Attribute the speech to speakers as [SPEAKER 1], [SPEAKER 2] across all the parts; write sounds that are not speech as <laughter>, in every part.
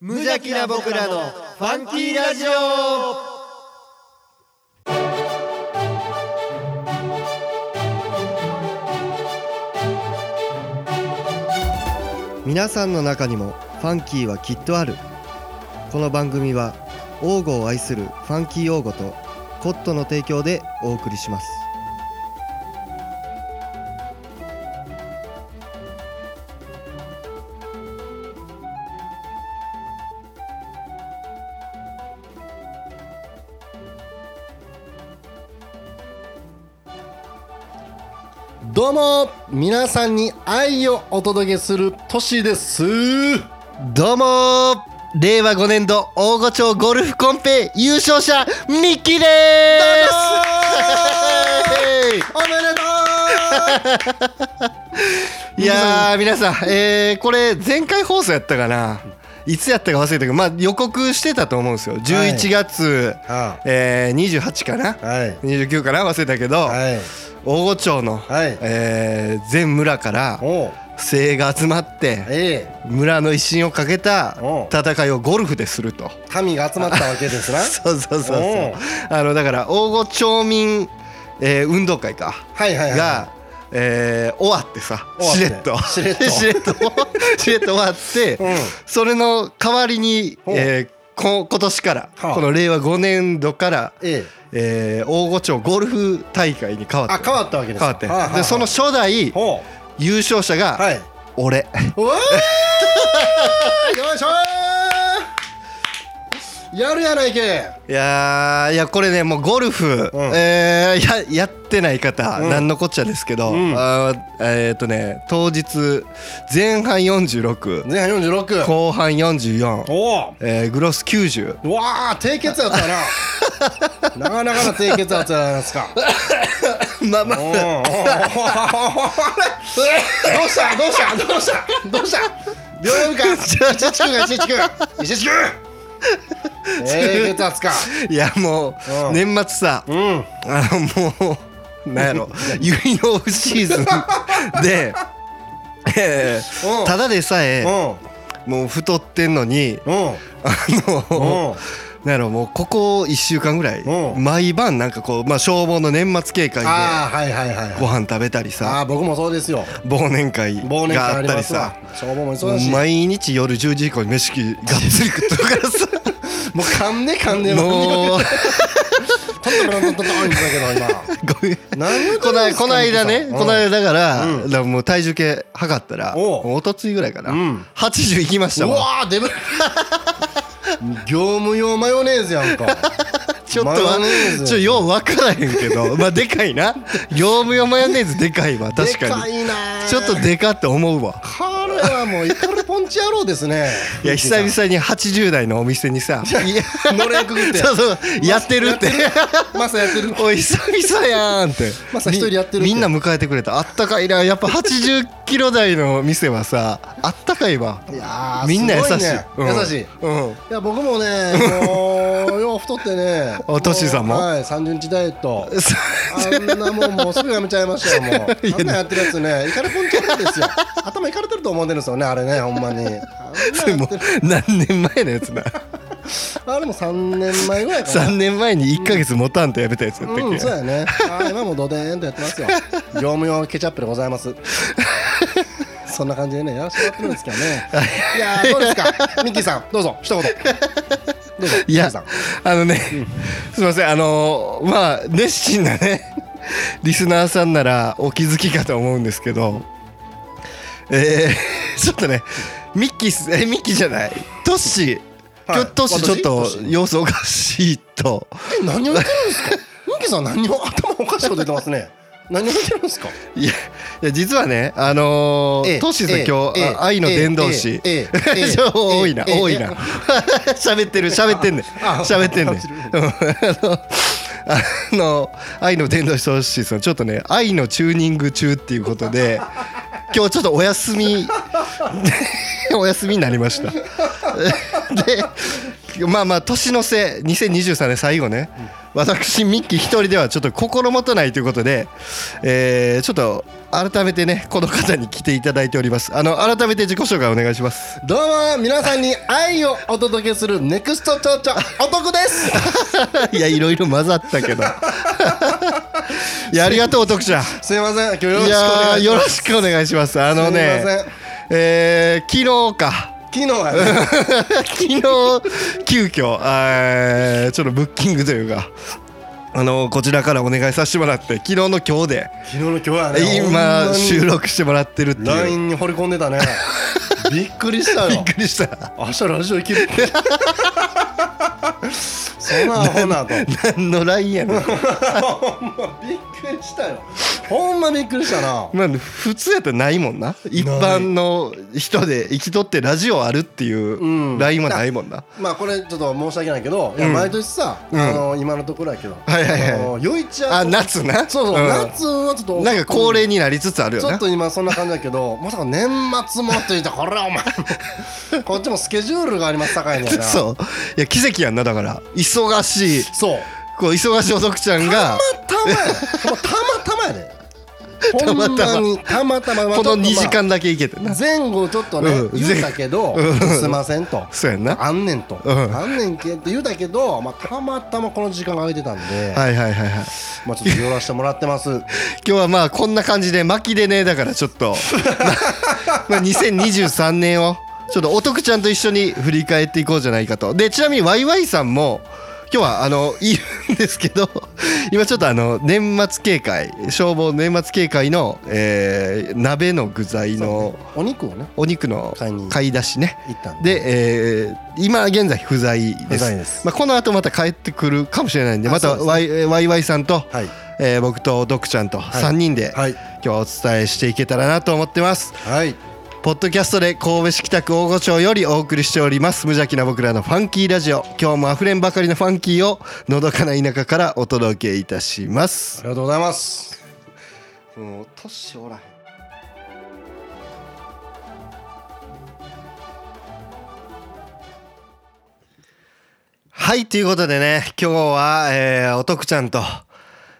[SPEAKER 1] 無邪気な僕らのファンキーラジオ皆さんの中にもファンキーはきっとあるこの番組は王語を愛するファンキー王語とコットの提供でお送りします
[SPEAKER 2] どうも皆さんに愛をお届けするトシです
[SPEAKER 1] どうもー令和5年度大御町ゴルフコンペ優勝者ミッキーで
[SPEAKER 2] おめでと
[SPEAKER 1] ーす <laughs> いやー皆さん、えー、これ前回放送やったかないつやったか忘れたけど、まあ、予告してたと思うんですよ11月、
[SPEAKER 2] うは
[SPEAKER 1] えー、28かな
[SPEAKER 2] はい
[SPEAKER 1] 29かな忘れたけど、
[SPEAKER 2] はい
[SPEAKER 1] 大御町の、
[SPEAKER 2] はい
[SPEAKER 1] えー全村から
[SPEAKER 2] おう
[SPEAKER 1] 精鋭が集まって
[SPEAKER 2] え
[SPEAKER 1] 村の威信をかけた
[SPEAKER 2] お
[SPEAKER 1] 戦いをゴルフですると。
[SPEAKER 2] え民が集まったわけです
[SPEAKER 1] <laughs>
[SPEAKER 2] な
[SPEAKER 1] そうそうそうそう
[SPEAKER 2] おう
[SPEAKER 1] あのだから大御町民、えー運動会か
[SPEAKER 2] はいはいはい
[SPEAKER 1] が、えー終わってさ
[SPEAKER 2] 終わっ
[SPEAKER 1] してれっと
[SPEAKER 2] しれっ
[SPEAKER 1] <laughs>
[SPEAKER 2] と
[SPEAKER 1] し
[SPEAKER 2] <laughs>
[SPEAKER 1] れっとしれっと終わって、
[SPEAKER 2] うん
[SPEAKER 1] それの代わりに、
[SPEAKER 2] おう
[SPEAKER 1] えーこ今年から、
[SPEAKER 2] はあ
[SPEAKER 1] この令和5年度から、
[SPEAKER 2] ええ
[SPEAKER 1] えー大御町ゴルフ大会に変わ
[SPEAKER 2] あ
[SPEAKER 1] って
[SPEAKER 2] 変わったわけです
[SPEAKER 1] 変わって
[SPEAKER 2] はあはあはあ
[SPEAKER 1] でその初代
[SPEAKER 2] ほ
[SPEAKER 1] 優勝者
[SPEAKER 2] うは
[SPEAKER 1] が
[SPEAKER 2] い
[SPEAKER 1] 俺、
[SPEAKER 2] おわーよいしょーやるやないけ
[SPEAKER 1] <laughs> いやーいやこれねもうゴルフ、
[SPEAKER 2] うん
[SPEAKER 1] えーややってない方、
[SPEAKER 2] うん
[SPEAKER 1] なんのこっちゃですけど、
[SPEAKER 2] うん
[SPEAKER 1] あーえっ、とね当日前半46、
[SPEAKER 2] 前半46
[SPEAKER 1] 後半44、
[SPEAKER 2] おお
[SPEAKER 1] えーグロス90
[SPEAKER 2] うわあ低血圧だななかなかの低血圧じゃないですか
[SPEAKER 1] <laughs> まあま
[SPEAKER 2] おーおーおーおーどうしたどうしたどうしたどうした病院か
[SPEAKER 1] ちょちょ
[SPEAKER 2] 石地区が石地区石地区低血圧か
[SPEAKER 1] いやもう、
[SPEAKER 2] うん
[SPEAKER 1] 年末さ
[SPEAKER 2] うん
[SPEAKER 1] あのもうなんやろユニオフシーズンで、えー
[SPEAKER 2] うん
[SPEAKER 1] ただでさえ、
[SPEAKER 2] う
[SPEAKER 1] もう太ってんのに
[SPEAKER 2] んうん
[SPEAKER 1] あの、
[SPEAKER 2] うん
[SPEAKER 1] なんやろもうここ1週間ぐらい、
[SPEAKER 2] うん
[SPEAKER 1] 毎晩なんかこう、まあ、消防の年末警戒で
[SPEAKER 2] ああはいはいはいはい
[SPEAKER 1] ご飯食べたり
[SPEAKER 2] あ
[SPEAKER 1] さ
[SPEAKER 2] あ僕もそうですよ
[SPEAKER 1] 忘年会
[SPEAKER 2] 忘年
[SPEAKER 1] が
[SPEAKER 2] 会
[SPEAKER 1] あ
[SPEAKER 2] あ
[SPEAKER 1] っ
[SPEAKER 2] り
[SPEAKER 1] た
[SPEAKER 2] ま
[SPEAKER 1] り
[SPEAKER 2] すわ
[SPEAKER 1] さ
[SPEAKER 2] 消防も
[SPEAKER 1] も
[SPEAKER 2] 忙
[SPEAKER 1] う
[SPEAKER 2] しいもう
[SPEAKER 1] 毎日夜10時以降に飯食いがっつり食ってるからさ
[SPEAKER 2] 噛んで噛ん <laughs> で
[SPEAKER 1] もう
[SPEAKER 2] トントントントントントンって言ったけど
[SPEAKER 1] ごめん
[SPEAKER 2] 今何言うて
[SPEAKER 1] こ
[SPEAKER 2] るん
[SPEAKER 1] な
[SPEAKER 2] ですか
[SPEAKER 1] この間ね、
[SPEAKER 2] うん
[SPEAKER 1] この間だから,、
[SPEAKER 2] うん
[SPEAKER 1] もう体重計測ったら
[SPEAKER 2] おう
[SPEAKER 1] おとついぐらいかな、
[SPEAKER 2] うん
[SPEAKER 1] 80いきました
[SPEAKER 2] う
[SPEAKER 1] もん
[SPEAKER 2] わーデブ業務用マヨネーズやんか
[SPEAKER 1] ちょっとわ
[SPEAKER 2] マヨネーズ
[SPEAKER 1] ちょよう分からへんけ
[SPEAKER 2] <laughs>
[SPEAKER 1] どまあでかいな業務用マヨネーズでかいわ確
[SPEAKER 2] で
[SPEAKER 1] か
[SPEAKER 2] か
[SPEAKER 1] に
[SPEAKER 2] いなー
[SPEAKER 1] ちょっとでかって思うわ
[SPEAKER 2] 彼はもうイカルポンチ野郎ですね
[SPEAKER 1] <laughs> いや久々に80代のお店にさいや
[SPEAKER 2] のれんくぐって
[SPEAKER 1] そうそうやってるって
[SPEAKER 2] マサやってる
[SPEAKER 1] おい久々やんって
[SPEAKER 2] マサ一人やってるって
[SPEAKER 1] みみんな迎えてくれたあったかいなやっぱ80キロ台の店はさあったかいわ
[SPEAKER 2] いやー
[SPEAKER 1] みんな優しい
[SPEAKER 2] すご
[SPEAKER 1] う
[SPEAKER 2] ね
[SPEAKER 1] ん
[SPEAKER 2] 優しい
[SPEAKER 1] うん
[SPEAKER 2] いや僕もねもうよう太っ
[SPEAKER 1] <laughs>
[SPEAKER 2] てね
[SPEAKER 1] あトッシーさんも
[SPEAKER 2] うはい30日ダイエット
[SPEAKER 1] そ
[SPEAKER 2] あんなもんもうすぐやめちゃいましたよも
[SPEAKER 1] <laughs> いや
[SPEAKER 2] うあんなんやってるやつねイカルポンチ野郎ですよ頭いかれてると思ってるんですよねあれねほんまにあんなんや
[SPEAKER 1] そ <laughs> れもう
[SPEAKER 2] ってる
[SPEAKER 1] 何年前のやつな
[SPEAKER 2] あれも3年前ぐらいかな
[SPEAKER 1] 3年前に1か月もたんとやめたやつやったっけ、
[SPEAKER 2] うん、そうやね。あー今もドデーンとやって <laughs> ますよ。業務用ケチャップでござい <laughs> ます。そんな感じでね、やらせてもらってるんですけどね。いやー、どうですか、ミッキーさん、どうぞ、一言。どうぞ、
[SPEAKER 1] い
[SPEAKER 2] ミッキ
[SPEAKER 1] や
[SPEAKER 2] ーさん。
[SPEAKER 1] あのね、すいませんあのーまあ熱心なね <laughs> リスナーさんならお気づきかと思うんですけどえー、 <laughs> ちょっとねミッキーすえミッキーじゃないトッシー
[SPEAKER 2] は
[SPEAKER 1] 今
[SPEAKER 2] い
[SPEAKER 1] 日トッシーちょっと
[SPEAKER 2] 私トッシー
[SPEAKER 1] 様子おかしいと
[SPEAKER 2] え、何を言ってるんですか。 <laughs> ミッキーさん、何を頭おかしいこと言ってますね。何を言ってるんですか。
[SPEAKER 1] いやいや実はねあのー
[SPEAKER 2] ええ
[SPEAKER 1] トッシーさん
[SPEAKER 2] ええ
[SPEAKER 1] 今日、
[SPEAKER 2] ええ
[SPEAKER 1] あ愛の伝道師、
[SPEAKER 2] えええ
[SPEAKER 1] <laughs>
[SPEAKER 2] <laughs> え
[SPEAKER 1] ちょ多いな、
[SPEAKER 2] ええ
[SPEAKER 1] 多いな
[SPEAKER 2] ええ
[SPEAKER 1] <laughs> 喋ってる喋ってんねん
[SPEAKER 2] あ
[SPEAKER 1] 喋ってんねん
[SPEAKER 2] あ
[SPEAKER 1] うん <laughs> あのあの愛の伝道師トシさんちょっとね愛のチューニング中っていうことで <laughs> 今日ちょっとお休み <laughs> お休みになりましたでまあまあ年の瀬2023年最後ね、私ミッキー一人ではちょっと心もとないということで、えーちょっと改めてねこの方に来ていただいておりますあの改めて自己紹介お願いします
[SPEAKER 2] どうも皆さんに愛をお届けするネクスト町長お得です
[SPEAKER 1] <laughs> いやいろいろ混ざったけ <laughs> どいやありがとう徳ちゃん
[SPEAKER 2] <laughs> すいません今日よ
[SPEAKER 1] い
[SPEAKER 2] ろしくお
[SPEAKER 1] やー
[SPEAKER 2] 願いし
[SPEAKER 1] よ
[SPEAKER 2] ま
[SPEAKER 1] ろ
[SPEAKER 2] す
[SPEAKER 1] しくお願いしますあの
[SPEAKER 2] すいませ
[SPEAKER 1] ね
[SPEAKER 2] ん
[SPEAKER 1] えー昨日か <laughs>
[SPEAKER 2] 昨日はね
[SPEAKER 1] 昨日急遽えーちょっとブッキングというかあのこちらからお願いさせてもらって昨日の今日で
[SPEAKER 2] 昨日の今日はねほん
[SPEAKER 1] 今
[SPEAKER 2] まに
[SPEAKER 1] 収録してもらってるっていう
[SPEAKER 2] LINE に掘り込ん
[SPEAKER 1] <laughs>
[SPEAKER 2] でたねびっくりした
[SPEAKER 1] びっ
[SPEAKER 2] よ
[SPEAKER 1] くりした
[SPEAKER 2] 明日ラジオ行け
[SPEAKER 1] <laughs>
[SPEAKER 2] るそんなアホなと
[SPEAKER 1] 何の LINE やねん <laughs>
[SPEAKER 2] ほんまびっくりしたよほんまびっくりしたな
[SPEAKER 1] まあ普通やったらないもんな一般の人で生きとってラジオあるっていうん LINE はないもんな
[SPEAKER 2] まあこれちょっと申し訳ないけど、いや
[SPEAKER 1] うん
[SPEAKER 2] 毎年さ、
[SPEAKER 1] うん
[SPEAKER 2] あの今のところやけど、
[SPEAKER 1] はいはいはい
[SPEAKER 2] あの余市は
[SPEAKER 1] あ夏な
[SPEAKER 2] そうそう、
[SPEAKER 1] ん
[SPEAKER 2] 夏はちょっと
[SPEAKER 1] なんか恒例になりつつある
[SPEAKER 2] ち
[SPEAKER 1] よ
[SPEAKER 2] ょ
[SPEAKER 1] な
[SPEAKER 2] っと今そんな感じだけどまさか年末もっていたこれは
[SPEAKER 1] <laughs>
[SPEAKER 2] お前こっちもスケジュールがあります高いんだよなう
[SPEAKER 1] そういや奇跡やんなだから忙しい
[SPEAKER 2] そう
[SPEAKER 1] こう忙しいお徳ちゃんが
[SPEAKER 2] たまたまやでほんまたまたまやでほんまにたまた
[SPEAKER 1] <laughs>
[SPEAKER 2] ま
[SPEAKER 1] この2時間だけ行けてな
[SPEAKER 2] 前後ちょっとね、
[SPEAKER 1] うん
[SPEAKER 2] 言うたけど、
[SPEAKER 1] 前後うん
[SPEAKER 2] すいませんと
[SPEAKER 1] そうやんなは
[SPEAKER 2] あんねんと、
[SPEAKER 1] うん
[SPEAKER 2] あんねんけって言うたけど、まあ、たまたまこの時間が空いてたんで、
[SPEAKER 1] いはいはいはい
[SPEAKER 2] まあ、ちょっと寄らせてもらってます。
[SPEAKER 1] 今日 <laughs> はまあこんな感じで巻きでねだからちょっとまあ2023年をちょっとお徳ちゃんと一緒に振り返っていこうじゃないかとでちなみにワイワイさんも今日はあのいるんですけど <laughs> 今ちょっとあの年末警戒消防年末警戒の、えー鍋の具材の
[SPEAKER 2] お肉をね、
[SPEAKER 1] お肉の
[SPEAKER 2] 買いに
[SPEAKER 1] 買い出しね
[SPEAKER 2] 行ったんで。
[SPEAKER 1] で、えー今現在不在です
[SPEAKER 2] 不在です
[SPEAKER 1] まあ、この後また帰ってくるかもしれないんで
[SPEAKER 2] あ
[SPEAKER 1] また
[SPEAKER 2] そうです
[SPEAKER 1] ワ
[SPEAKER 2] ね
[SPEAKER 1] イ,、ワイワイさんと、
[SPEAKER 2] はい。
[SPEAKER 1] えー僕とドクちゃんと
[SPEAKER 2] い
[SPEAKER 1] 3人で、
[SPEAKER 2] はい。
[SPEAKER 1] 今日お伝えしていけたらなと思ってます
[SPEAKER 2] はい。
[SPEAKER 1] ポッドキャストで神戸市北区大御町よりお送りしております無邪気な僕らのファンキーラジオ今日もあふれんばかりのファンキーをのどかな田舎からお届けいたしま
[SPEAKER 2] あ
[SPEAKER 1] す
[SPEAKER 2] りがとうございます。
[SPEAKER 1] もう年おらへんはいということでね今日は、えーおとくちゃんと、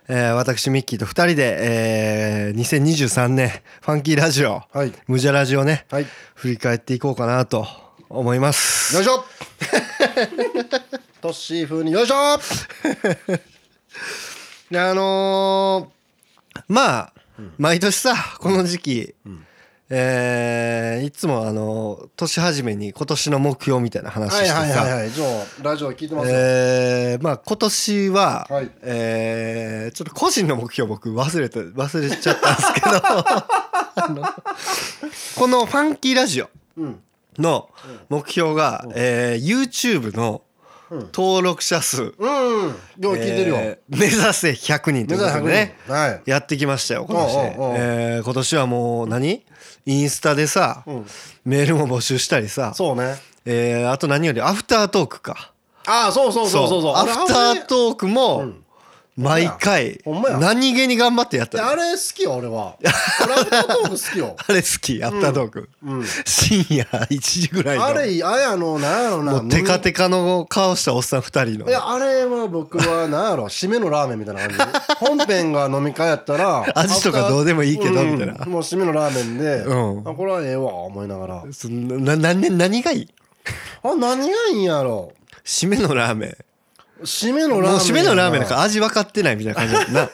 [SPEAKER 1] えー私ミッキーと2人で、えー2023年ファンキーラジオ、
[SPEAKER 2] はい。
[SPEAKER 1] 無ジャラジオね、
[SPEAKER 2] はい。
[SPEAKER 1] 振り返っていこうかなと思います
[SPEAKER 2] よい
[SPEAKER 1] <laughs>
[SPEAKER 2] しょトッシー風によいしょ
[SPEAKER 1] であのーまあ、毎年さこの時期、えーいつもあのー年始めに今年の目標みたいな話して
[SPEAKER 2] はい
[SPEAKER 1] さ、
[SPEAKER 2] はいはいはい。じゃあ、ラジオ聞いてますよ。
[SPEAKER 1] えーまあ今年は、
[SPEAKER 2] はい
[SPEAKER 1] えーちょっと個人の目標僕忘れて忘れちゃったんですけど
[SPEAKER 2] <laughs>
[SPEAKER 1] あのこの「ファンキーラジオ
[SPEAKER 2] うん。」
[SPEAKER 1] の目標が、えー YouTube の登録者数、
[SPEAKER 2] うん。よう聞いてるよ。
[SPEAKER 1] えー目指せ100人ということでね
[SPEAKER 2] 目指せ100人はい
[SPEAKER 1] やってきましたよ今年ね
[SPEAKER 2] おうおうおう
[SPEAKER 1] えー今年はもう何インスタでさ、
[SPEAKER 2] ん
[SPEAKER 1] メールも募集したりさ、
[SPEAKER 2] そうね。
[SPEAKER 1] えーあと何よりアフタートークか
[SPEAKER 2] ああ、そうそうそうそうそう。
[SPEAKER 1] アフター
[SPEAKER 2] と。
[SPEAKER 1] トークも毎回
[SPEAKER 2] ほんまや
[SPEAKER 1] 何気に頑張ってやっ
[SPEAKER 2] で
[SPEAKER 1] た
[SPEAKER 2] あ
[SPEAKER 1] あ
[SPEAKER 2] れ好きよ、俺は。俺アフタートーク好きよ。
[SPEAKER 1] れ好きアフタートーク、
[SPEAKER 2] うん。
[SPEAKER 1] 深夜1時ぐらいの
[SPEAKER 2] あれ、あやの、なんやろな。
[SPEAKER 1] もうテカテカの顔したおっさん2人の
[SPEAKER 2] いやあれは僕はなんやろ締めのラーメンみたい
[SPEAKER 1] <laughs>
[SPEAKER 2] な感じ本編が飲み会やったら
[SPEAKER 1] 味とかどうでもいいけどみたいな
[SPEAKER 2] うんもう締めのラーメンで、
[SPEAKER 1] うん
[SPEAKER 2] あこれはええわ思いながら
[SPEAKER 1] そんなな何何がいい
[SPEAKER 2] あ何がいいんやろ
[SPEAKER 1] 締めのラーメン
[SPEAKER 2] 締めのラーメン
[SPEAKER 1] もう締めのラーメンなんか味分かってないみたいな感じだったな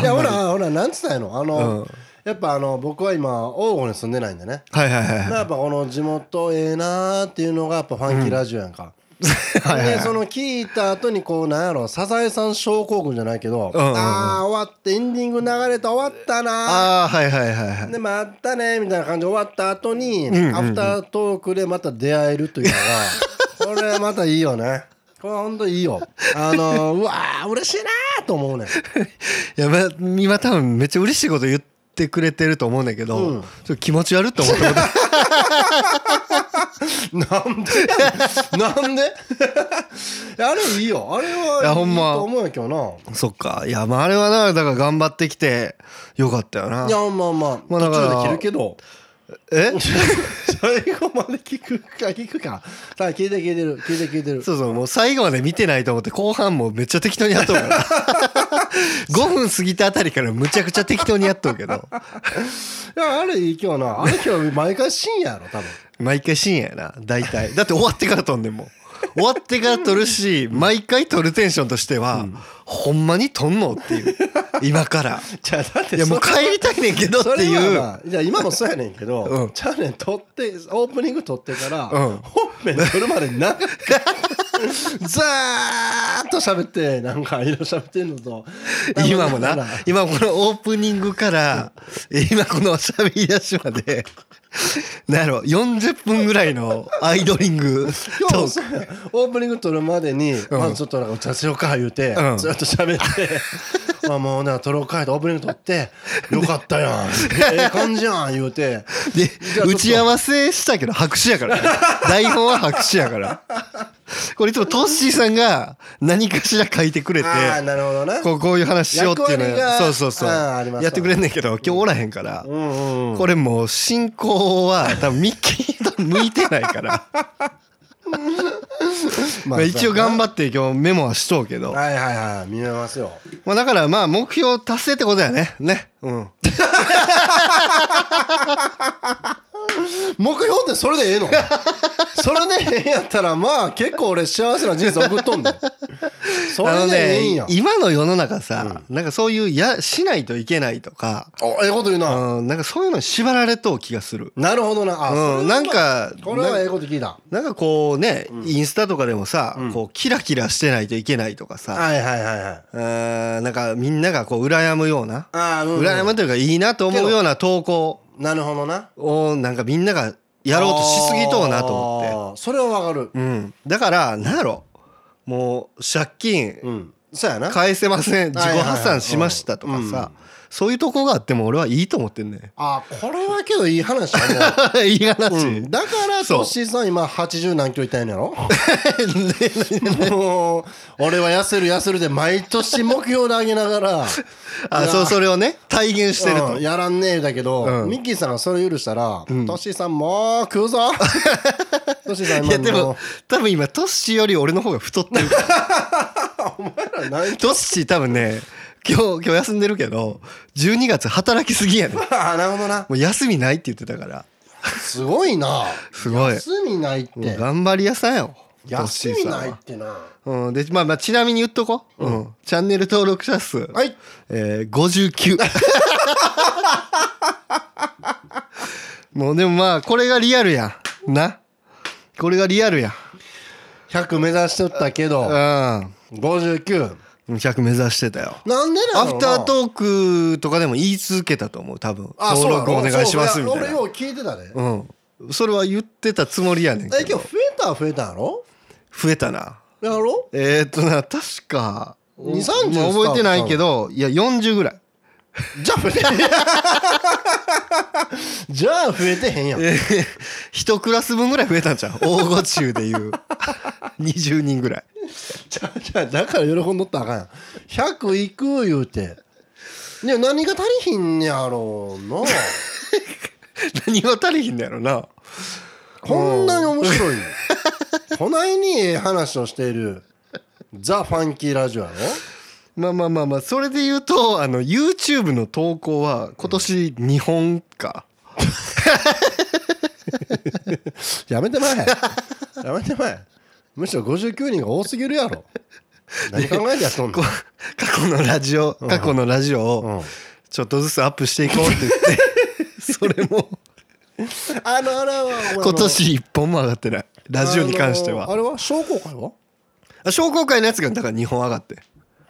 [SPEAKER 2] いやほらほらなんつったんやのあの、
[SPEAKER 1] うん
[SPEAKER 2] やっぱあの僕は今王郷に住んでないんでね
[SPEAKER 1] はいはいはい
[SPEAKER 2] だからやっぱこの地元ええなーっていうのがやっぱファンキーラジオやんか、
[SPEAKER 1] <laughs> はいはい
[SPEAKER 2] でその聞いた後にこうなんやろサザエさん症候群じゃないけど、
[SPEAKER 1] うんうんうん
[SPEAKER 2] ああ終わってエンディング流れた終わったなー
[SPEAKER 1] ああはいはいはいはい
[SPEAKER 2] でまたねみたいな感じで終わった後に、アフタートークでまた出会えるという
[SPEAKER 1] <laughs>
[SPEAKER 2] のがこれまたいいよねこれほんといいよあ
[SPEAKER 1] <laughs>
[SPEAKER 2] のうわー嬉しいなーと思うね
[SPEAKER 1] いや、ま、今多分めっちゃ嬉しいこと言ってくれてると思うんだけど、
[SPEAKER 2] うん
[SPEAKER 1] ちょっと気持ち悪って思ったこと
[SPEAKER 2] なんでな
[SPEAKER 1] <laughs>
[SPEAKER 2] んであれいいよあれはい
[SPEAKER 1] いやほんま
[SPEAKER 2] いいと思うんやけどな
[SPEAKER 1] <laughs> そっかいやまああれはなだから頑張ってきてよかったよない
[SPEAKER 2] やまあまあ
[SPEAKER 1] まあだから
[SPEAKER 2] 途中で切るけど
[SPEAKER 1] え
[SPEAKER 2] <laughs> 最後まで聞くか聞くかさあ聞いて聞いてる聞いて聞いてる
[SPEAKER 1] そうそう、もう最後まで見てないと思って、後半もめっちゃ適当にやっとるから。5分過ぎたあたりからむちゃくちゃ適当にやっとるけど、
[SPEAKER 2] <laughs> いやあれいい今日なあれ今日毎回深夜やろ多分
[SPEAKER 1] 毎回深夜やな、大体。だって終わってから撮んねんもん。終わってから撮るし、毎回撮るテンションとしては、ほんまに撮んのっていう。今から。
[SPEAKER 2] じゃあだって
[SPEAKER 1] いや、もう帰りたいねんけどって
[SPEAKER 2] それ
[SPEAKER 1] い
[SPEAKER 2] は
[SPEAKER 1] う。
[SPEAKER 2] まあじゃあ今もそうやねんけど、
[SPEAKER 1] うん
[SPEAKER 2] チャーネン撮ってオープニング撮ってから、
[SPEAKER 1] うん
[SPEAKER 2] 本編撮るまで長くザーッと喋ってなんかいろいろ喋ってんのと
[SPEAKER 1] 今も
[SPEAKER 2] だ
[SPEAKER 1] な
[SPEAKER 2] から
[SPEAKER 1] 今このオープニングから今この喋り出しまでなんやろ40分ぐらいのアイドリング
[SPEAKER 2] 今日
[SPEAKER 1] ト
[SPEAKER 2] も
[SPEAKER 1] ー
[SPEAKER 2] そ
[SPEAKER 1] ク
[SPEAKER 2] うやオープニング撮るまでに、
[SPEAKER 1] ん
[SPEAKER 2] まあちょっとなんか打ち合わせしようか言うて、
[SPEAKER 1] うん
[SPEAKER 2] ずっと喋 <laughs> って、まあもうな撮ろうか言うてオープニング撮ってよかったやんええ感じやん <laughs> 言うて
[SPEAKER 1] で
[SPEAKER 2] じゃあちょっと
[SPEAKER 1] 打ち合わせしたけど白紙やからね台本は白紙やからこれいつもトッシーさんが何かしら書いてくれて
[SPEAKER 2] ああなるほどな
[SPEAKER 1] こうこういう話しようっていう
[SPEAKER 2] 役割が
[SPEAKER 1] のをそうそうそう
[SPEAKER 2] あーありますわ
[SPEAKER 1] やってくれんねんけど今日おらへんから
[SPEAKER 2] うんうんうん
[SPEAKER 1] これもう進行は多分ミッキーと向いてない
[SPEAKER 2] <laughs>
[SPEAKER 1] から。まあ、一応頑張って今日メモはしとうけど。
[SPEAKER 2] はいはいはい見えますよ
[SPEAKER 1] まあだからまあ目標達成ってことやね。ね。
[SPEAKER 2] <laughs>
[SPEAKER 1] うん。
[SPEAKER 2] 目標ってそれでええのそれでええんやったらまあ結構俺幸せな人生送っと <laughs> んだよそ
[SPEAKER 1] あの
[SPEAKER 2] れでええん
[SPEAKER 1] ね
[SPEAKER 2] や、
[SPEAKER 1] 今の世の中さ、なんかそういうや、しないといけないとか、
[SPEAKER 2] おええこと言うな、
[SPEAKER 1] うん、なんかそういうのに縛られとう気がする。
[SPEAKER 2] なるほどなあ、
[SPEAKER 1] うん、なんか、
[SPEAKER 2] これはええこと聞いた
[SPEAKER 1] なんかこうね、インスタとかでもさ、こうキラキラしてないといけないとかさ、
[SPEAKER 2] はいはいはいはい
[SPEAKER 1] あーなんかみんながこう羨むような、
[SPEAKER 2] ああうん、うん、
[SPEAKER 1] 羨むというかいいなと思うような投稿
[SPEAKER 2] なるほどな
[SPEAKER 1] をなんかみんながやろうとしすぎとうなと思っ
[SPEAKER 2] ってそれはわかる
[SPEAKER 1] て、うん、だからなんやろもう借金
[SPEAKER 2] うんそうやな
[SPEAKER 1] 返せません
[SPEAKER 2] は
[SPEAKER 1] 自
[SPEAKER 2] いは
[SPEAKER 1] 己
[SPEAKER 2] いはい
[SPEAKER 1] 破産しましたとかさそういうとこがあっても俺はいいと思ってん <laughs> ね
[SPEAKER 2] あこれはけどいい話や
[SPEAKER 1] いい
[SPEAKER 2] もう、
[SPEAKER 1] 話、
[SPEAKER 2] うん、だから
[SPEAKER 1] そう
[SPEAKER 2] トッシーさん今80何キロいたん
[SPEAKER 1] <laughs>
[SPEAKER 2] やろもう俺は痩せる痩せるで毎年目標で上げながら
[SPEAKER 1] あそうそれをね体現してると
[SPEAKER 2] うん、やらんねえだけど、
[SPEAKER 1] うん
[SPEAKER 2] ミッキーさんがそれ許したら、トッシーさんもう食
[SPEAKER 1] <laughs>
[SPEAKER 2] うぞトッシーさん
[SPEAKER 1] い
[SPEAKER 2] 今
[SPEAKER 1] やでも多分今トッシーより俺の方が太って
[SPEAKER 2] <laughs>
[SPEAKER 1] るから
[SPEAKER 2] う何
[SPEAKER 1] トッシー多分ね今日今日休んでるけど12月働きすぎやねんも
[SPEAKER 2] あ <laughs> なるほどな
[SPEAKER 1] う休みないって言ってたから
[SPEAKER 2] すごいな
[SPEAKER 1] すごい
[SPEAKER 2] 休みないって、
[SPEAKER 1] もう頑張り屋さんよ
[SPEAKER 2] 休
[SPEAKER 1] トッシ
[SPEAKER 2] み
[SPEAKER 1] ーさんは
[SPEAKER 2] ないってな
[SPEAKER 1] うん、で、まあまあ、ちなみに言っとこう。うん。チャンネル登録者数。
[SPEAKER 2] はい
[SPEAKER 1] えー、59。もうでもまあ、これがリアルやん。な。これがリアルやん。
[SPEAKER 2] 100目指しとったけど
[SPEAKER 1] う
[SPEAKER 2] 59
[SPEAKER 1] ん。100目指してたよ。
[SPEAKER 2] なんでな
[SPEAKER 1] ア
[SPEAKER 2] の
[SPEAKER 1] フタートークとかでも言い続けたと思う、多分。
[SPEAKER 2] あそう
[SPEAKER 1] 登
[SPEAKER 2] なの
[SPEAKER 1] 録お願いします
[SPEAKER 2] そう
[SPEAKER 1] み
[SPEAKER 2] そう
[SPEAKER 1] たい
[SPEAKER 2] 俺
[SPEAKER 1] な。
[SPEAKER 2] よう聞いてたね、
[SPEAKER 1] うん。それは言ってたつもりやねん
[SPEAKER 2] え
[SPEAKER 1] け
[SPEAKER 2] 今
[SPEAKER 1] ど。
[SPEAKER 2] 日増えたは増えたんやろ
[SPEAKER 1] 増えたな。
[SPEAKER 2] やろ
[SPEAKER 1] えー、っとな、確か、
[SPEAKER 2] 2 30
[SPEAKER 1] もう覚えてないけど、いや、40ぐらい。 <laughs>
[SPEAKER 2] じゃあ増えてへん <laughs> じゃあ増えてへんやん
[SPEAKER 1] えー一クラス分ぐらい増えたん <laughs> ちゃう大御中でいう <laughs> 20人ぐらい
[SPEAKER 2] じゃあじゃあだから喜んどったらあかんやん100いく言うてでも何が足りひんやろうな
[SPEAKER 1] 何が足りひんのやろな
[SPEAKER 2] こんなに面白いこないにええ話をしているザ・ファンキーラジオやろ
[SPEAKER 1] まあまあまあまあそれで言うとあの YouTube の投稿は今年2本 <laughs> か、
[SPEAKER 2] やめてまえ <laughs> やめてまえむしろ59人が多すぎるやろ何考えてやっとんの
[SPEAKER 1] こ過去のラジオ過去のラジオ
[SPEAKER 2] うん
[SPEAKER 1] をちょっとずつアップしていこうって言って <laughs> それも
[SPEAKER 2] あのあのあの
[SPEAKER 1] 今年1本も上がってないラジオに関して
[SPEAKER 2] あの
[SPEAKER 1] は
[SPEAKER 2] あれは商工会は
[SPEAKER 1] あ商工会のやつがだから2本上がって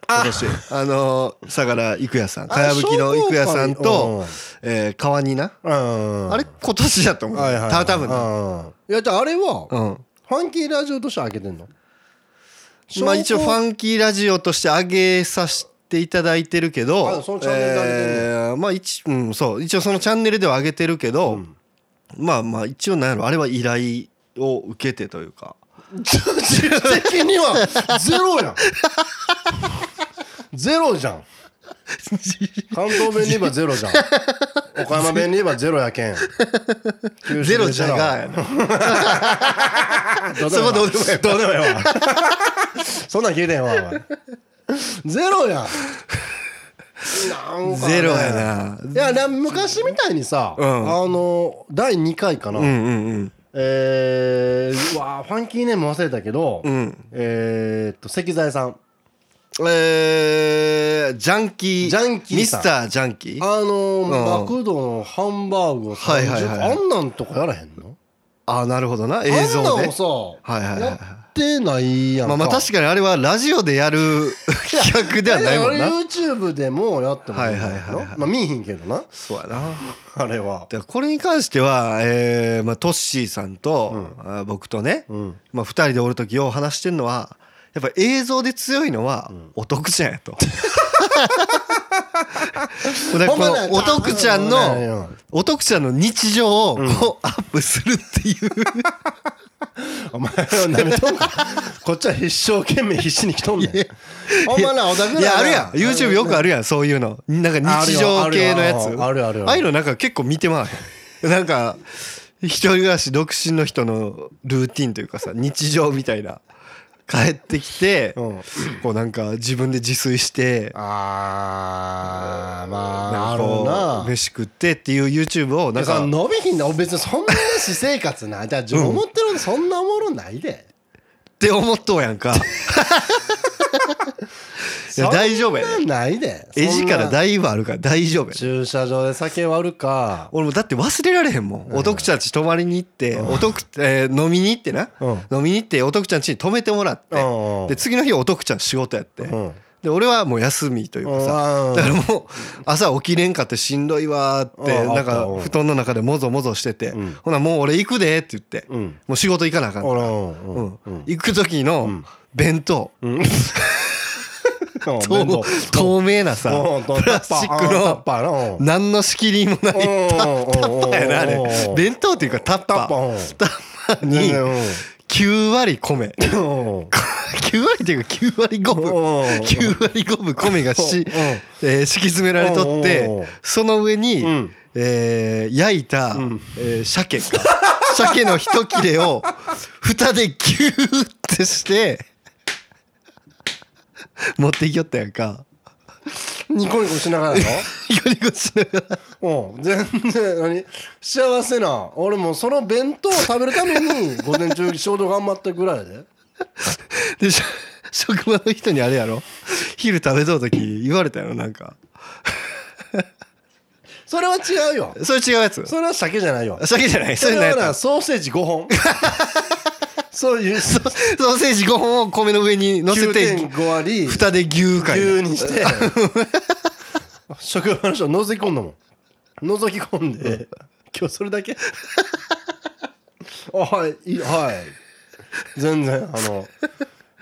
[SPEAKER 1] 今年あの相良郁也さんかやぶきの郁也さんと
[SPEAKER 2] あ商工会、
[SPEAKER 1] えー、川にな
[SPEAKER 2] うん
[SPEAKER 1] あれ今年だと思う。
[SPEAKER 2] はいはいはい
[SPEAKER 1] た多分ね。
[SPEAKER 2] うんいやじゃああれは、
[SPEAKER 1] うん。
[SPEAKER 2] ファンキーラジオとして開けてんの
[SPEAKER 1] まあ一応フ
[SPEAKER 2] ン
[SPEAKER 1] ァンキーラジオとして上げさせていただいてるけど、
[SPEAKER 2] あそのチャンネルで上げてんの
[SPEAKER 1] えーまあ一、うん、そう、一応そのチャンネルでは上げてるけど、まあまあ一応なんやろ、あれは依頼を受けてというか。
[SPEAKER 2] 的にはゼロやん <laughs> ゼロじゃん関東弁で言えばゼロじゃん岡山弁に言えばゼロやけん。
[SPEAKER 1] <laughs> ゼロじゃがやな
[SPEAKER 2] どう
[SPEAKER 1] そこどう
[SPEAKER 2] で
[SPEAKER 1] で
[SPEAKER 2] も
[SPEAKER 1] もええ
[SPEAKER 2] ええわ。どうでもええわ。 <laughs> そんなん聞いてへんわ、お前ゼロやん。なんかね
[SPEAKER 1] ゼロやない
[SPEAKER 2] や、な昔みたいにさ、
[SPEAKER 1] うん
[SPEAKER 2] あの、第2回かな。
[SPEAKER 1] うんうんうん
[SPEAKER 2] えー、うわーファンキーネーム忘れたけど、
[SPEAKER 1] うん
[SPEAKER 2] えーっと、石材さん。
[SPEAKER 1] えー、ジャンキー
[SPEAKER 2] ジャンキー
[SPEAKER 1] ミ
[SPEAKER 2] さん
[SPEAKER 1] スタージャンキー
[SPEAKER 2] あのー、
[SPEAKER 1] うん
[SPEAKER 2] マクドのハンバーグを30、
[SPEAKER 1] はいはいはい
[SPEAKER 2] あんなんとかやらへんの
[SPEAKER 1] あなるほどな映像
[SPEAKER 2] あんなん
[SPEAKER 1] で
[SPEAKER 2] もさ、
[SPEAKER 1] いはいはい
[SPEAKER 2] やってないやん
[SPEAKER 1] ま
[SPEAKER 2] か。
[SPEAKER 1] あまあ確かにあれはラジオでやる企画ではないもん
[SPEAKER 2] いや
[SPEAKER 1] な
[SPEAKER 2] 俺 YouTube でもやってもいいんだ
[SPEAKER 1] はいはいはいは
[SPEAKER 2] けど
[SPEAKER 1] い
[SPEAKER 2] まあ見えへんけどな
[SPEAKER 1] <laughs> そうやな
[SPEAKER 2] あれは
[SPEAKER 1] でこれに関しては、えーまあ、トッシーさんと、あ僕とね、
[SPEAKER 2] うん
[SPEAKER 1] まあ、2人でおる時よう話してるのはやっぱ映像で強いのはお得ちゃんや
[SPEAKER 2] <laughs>
[SPEAKER 1] と。だからこ
[SPEAKER 2] ほんまだよ
[SPEAKER 1] のお得ちゃん
[SPEAKER 2] ほんまだよ
[SPEAKER 1] のお得ちゃんの日常をこうアップするっていう
[SPEAKER 2] お前はなめ
[SPEAKER 1] <laughs>
[SPEAKER 2] とんかこっちは一生懸命必死に来とんねんほんまなおだく
[SPEAKER 1] いやあるやん YouTube よくあるやんそういうのなんか日常系のやつ
[SPEAKER 2] あるよあるよあるよ
[SPEAKER 1] ああいうのなんか結構見てまうへんなんか一人暮らし独身の人のルーティンというかさ日常みたいな帰ってきて、
[SPEAKER 2] うん
[SPEAKER 1] こうなんか自分で自炊して
[SPEAKER 2] あーまあ
[SPEAKER 1] な
[SPEAKER 2] あ
[SPEAKER 1] んかこう
[SPEAKER 2] るな
[SPEAKER 1] 飯食ってっていう YouTube をなん
[SPEAKER 2] だから
[SPEAKER 1] か
[SPEAKER 2] 伸びひんだ別にそんな私生
[SPEAKER 1] <laughs>
[SPEAKER 2] 活なじゃあ自分思ってるほどそんなおもろないで
[SPEAKER 1] って思っとうやん
[SPEAKER 2] <laughs>
[SPEAKER 1] かいや大丈夫や
[SPEAKER 2] そ
[SPEAKER 1] ね
[SPEAKER 2] んなんないで
[SPEAKER 1] 絵力
[SPEAKER 2] そんな
[SPEAKER 1] だいぶあるから大丈夫やね
[SPEAKER 2] 駐車場で酒割るか
[SPEAKER 1] 俺もだって忘れられへんもんおとくちゃんち泊まりに行っておとくえー飲みに行ってな
[SPEAKER 2] う
[SPEAKER 1] 飲みに行っておとくちゃんちに泊めてもらって
[SPEAKER 2] うんうん
[SPEAKER 1] で次の日おとくちゃん仕事やって
[SPEAKER 2] ん
[SPEAKER 1] で俺はもう休みというか
[SPEAKER 2] うん
[SPEAKER 1] さだからもう朝起きれんかってしんどいわーって
[SPEAKER 2] うんあ
[SPEAKER 1] な
[SPEAKER 2] っ
[SPEAKER 1] ん
[SPEAKER 2] た
[SPEAKER 1] か
[SPEAKER 2] うん
[SPEAKER 1] 布団の中でもぞもぞしてて
[SPEAKER 2] ん
[SPEAKER 1] ほなもう俺行くでって言って
[SPEAKER 2] うん
[SPEAKER 1] もう仕事行かなあかん
[SPEAKER 2] あ
[SPEAKER 1] からら
[SPEAKER 2] うん
[SPEAKER 1] うん行く時の弁当
[SPEAKER 2] うん
[SPEAKER 1] 透透明なさ
[SPEAKER 2] うん
[SPEAKER 1] プラスチック
[SPEAKER 2] タッ
[SPEAKER 1] の
[SPEAKER 2] パーのうん
[SPEAKER 1] 何の仕切りもない
[SPEAKER 2] タッ
[SPEAKER 1] やなあれ弁当っていうかタッパ
[SPEAKER 2] タッパーう
[SPEAKER 1] ー
[SPEAKER 2] ん
[SPEAKER 1] タッパーに9割米 <laughs> 9割っていうか9割5分
[SPEAKER 2] うん
[SPEAKER 1] 9割5分米が
[SPEAKER 2] うん
[SPEAKER 1] し、えー敷き詰められとっ
[SPEAKER 2] うん
[SPEAKER 1] てその上に、
[SPEAKER 2] ん
[SPEAKER 1] えー焼いた、えー鮭か鮭の一切れを蓋でギューってして持っていきよったやんか
[SPEAKER 2] ニコニコしながらの
[SPEAKER 1] ニコニコしながら
[SPEAKER 2] うん全然何幸せな俺もうその弁当を食べるため
[SPEAKER 1] <laughs>
[SPEAKER 2] に午前中仕事頑張ったぐらいやで
[SPEAKER 1] でしょ職場の人にあれやろ昼食べとう時言われたやろなんか
[SPEAKER 2] それは違うよ
[SPEAKER 1] それ違うやつ
[SPEAKER 2] それは鮭じゃ
[SPEAKER 1] <laughs>
[SPEAKER 2] ないよ
[SPEAKER 1] 鮭じゃない
[SPEAKER 2] そ
[SPEAKER 1] それ
[SPEAKER 2] れ
[SPEAKER 1] 何や
[SPEAKER 2] は
[SPEAKER 1] った
[SPEAKER 2] なソーセージ5本
[SPEAKER 1] <laughs>
[SPEAKER 2] そういう
[SPEAKER 1] ソーセージ5本を米の上に乗せて
[SPEAKER 2] 9.5割
[SPEAKER 1] 蓋で牛かいな
[SPEAKER 2] 急にして <laughs> 職場の人を覗き込んだもん覗き込んで今日それだけ <laughs> あはいいいはい全然あの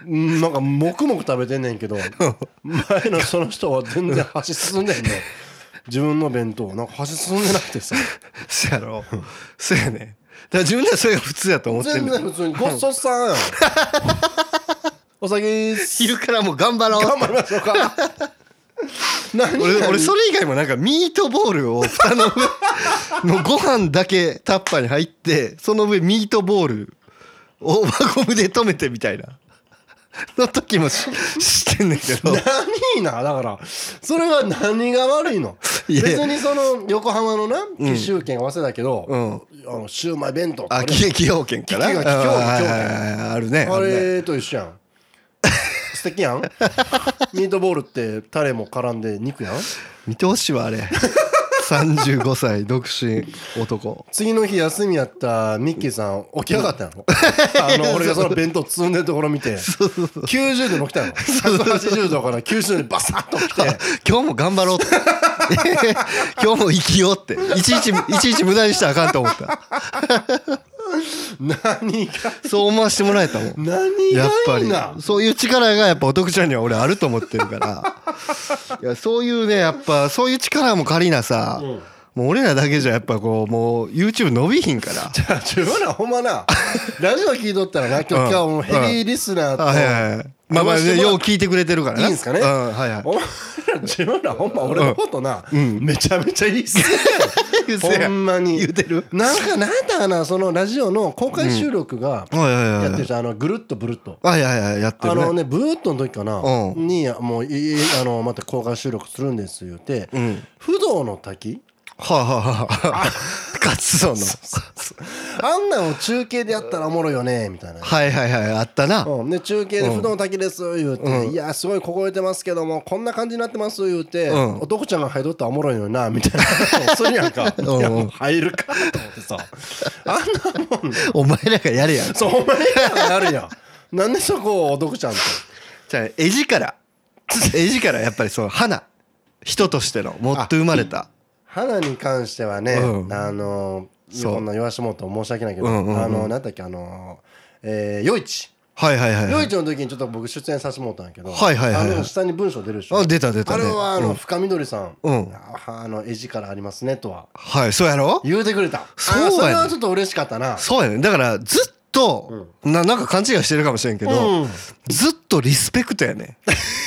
[SPEAKER 2] うんなんかもくもく食べてんねんけど前のその人は全然箸進んでんねん自分の弁当なんか箸進んでなくてさ
[SPEAKER 1] そうやろそうやねだから自分ではそれが普通やと思ってる
[SPEAKER 2] <laughs> 全然普通にごっそっさんやんお先
[SPEAKER 1] 昼からもう頑張ろう
[SPEAKER 2] 頑張りましょうか何
[SPEAKER 1] 俺俺それ以外もなんかミートボールを蓋の上のご飯だけタッパーに入ってその上ミートボールを輪ゴムで止めてみたいなの時もししてんねんけど
[SPEAKER 2] 何なだからそれは何が悪いの
[SPEAKER 1] い
[SPEAKER 2] 別
[SPEAKER 1] や
[SPEAKER 2] にその横浜のな紀州県早稲田けど、
[SPEAKER 1] うん
[SPEAKER 2] あのシウマイ弁当
[SPEAKER 1] あ
[SPEAKER 2] あれ
[SPEAKER 1] 企企業券かな
[SPEAKER 2] 企業
[SPEAKER 1] はい
[SPEAKER 2] 企業券
[SPEAKER 1] はいはいはいあるね
[SPEAKER 2] あ
[SPEAKER 1] あるね
[SPEAKER 2] れと一緒やん素
[SPEAKER 1] <laughs>
[SPEAKER 2] 敵やんミートボールってタレも絡んで肉やん
[SPEAKER 1] 見てほしいわあれ35歳独身男
[SPEAKER 2] 次の日休みやったミッキーさん起き上がったや
[SPEAKER 1] <laughs>
[SPEAKER 2] ろあの俺がその弁当積んでるところ見て90度に起きたの180度から90度にバサッ
[SPEAKER 1] <laughs>
[SPEAKER 2] と起きて
[SPEAKER 1] 今日も頑張ろうって <laughs> 今日も生きようっていちいちいちいち無駄にしたらあかんと思った
[SPEAKER 2] 何が
[SPEAKER 1] そう思わせてもらえたもん
[SPEAKER 2] 何
[SPEAKER 1] やっぱ
[SPEAKER 2] がいいな
[SPEAKER 1] りそういう力がやっぱお得ちゃんには俺あると思ってるからいやそういうねやっぱそういう力も借りなさ、もう俺らだけじゃやっぱこうもう YouTube 伸びひんから
[SPEAKER 2] いや <laughs> 自分らほん
[SPEAKER 1] <laughs>
[SPEAKER 2] まなラジオ聞いとったらな今日今日はもうヘビーリスナーと、
[SPEAKER 1] あはいはいはいまあまあねよう聞いてくれてるからない
[SPEAKER 2] いんすかね
[SPEAKER 1] うんはいはい
[SPEAKER 2] お前ら自分らほんま俺のことな、めちゃめちゃいいっすね
[SPEAKER 1] 先
[SPEAKER 2] <laughs> ほ
[SPEAKER 1] 生
[SPEAKER 2] んま
[SPEAKER 1] <laughs>
[SPEAKER 2] に
[SPEAKER 1] 言うてる
[SPEAKER 2] なんかなんだかなそのラジオの公開収録が
[SPEAKER 1] はいはいはい
[SPEAKER 2] やってるじゃんあのぐるっとぶるっと
[SPEAKER 1] はいはいはいやって
[SPEAKER 2] あ
[SPEAKER 1] るね
[SPEAKER 2] のねブーッとの時かな
[SPEAKER 1] うん
[SPEAKER 2] にもういいあのまた公開収録するんです言うて
[SPEAKER 1] うん
[SPEAKER 2] 不動の滝
[SPEAKER 1] はあはあはあ <laughs> カツオの
[SPEAKER 2] あんなんを中継でやったらおもろいよねみたいな
[SPEAKER 1] はいはいはいあったな
[SPEAKER 2] うん、で中継で「
[SPEAKER 1] うん
[SPEAKER 2] 不動の滝です」言うて「
[SPEAKER 1] うん
[SPEAKER 2] いやすごい凍えてますけどもこんな感じになってます」言うて、
[SPEAKER 1] うん
[SPEAKER 2] 男ちゃんが入るったらおもろいのになみたい
[SPEAKER 1] <laughs>
[SPEAKER 2] な話をするやんか
[SPEAKER 1] うん
[SPEAKER 2] いやもう入るかと思っ
[SPEAKER 1] <laughs>
[SPEAKER 2] てさあんなもん
[SPEAKER 1] お前らがやれやん
[SPEAKER 2] そうお前らがやるやんなんでそこを男ちゃんと
[SPEAKER 1] じゃあ絵力絵力やっぱりその花人としての持って生まれた
[SPEAKER 2] 花に関してはね、
[SPEAKER 1] うん
[SPEAKER 2] あの
[SPEAKER 1] そう
[SPEAKER 2] こんな言わしてもらうと申し訳ないけど、
[SPEAKER 1] うんうんうん
[SPEAKER 2] あのなんだっけあのえー夜市
[SPEAKER 1] はいはいはい
[SPEAKER 2] 夜
[SPEAKER 1] はい
[SPEAKER 2] 市の時にちょっと僕出演させてもらったんやけど、
[SPEAKER 1] はいはいはいはい
[SPEAKER 2] あの下に文章出るでしょ
[SPEAKER 1] あ出た出た
[SPEAKER 2] あ
[SPEAKER 1] ね
[SPEAKER 2] れはあの、
[SPEAKER 1] うん
[SPEAKER 2] 深緑さん、
[SPEAKER 1] うん
[SPEAKER 2] ああの絵力ありますねとは
[SPEAKER 1] はいそうやろ
[SPEAKER 2] 言うてくれた
[SPEAKER 1] そう
[SPEAKER 2] あ
[SPEAKER 1] やね
[SPEAKER 2] それはちょっと嬉しかったな
[SPEAKER 1] そうやねだからずっとななんか勘違いしてるかもしれんけど
[SPEAKER 2] うん
[SPEAKER 1] ずっとリスペクトや <laughs> ね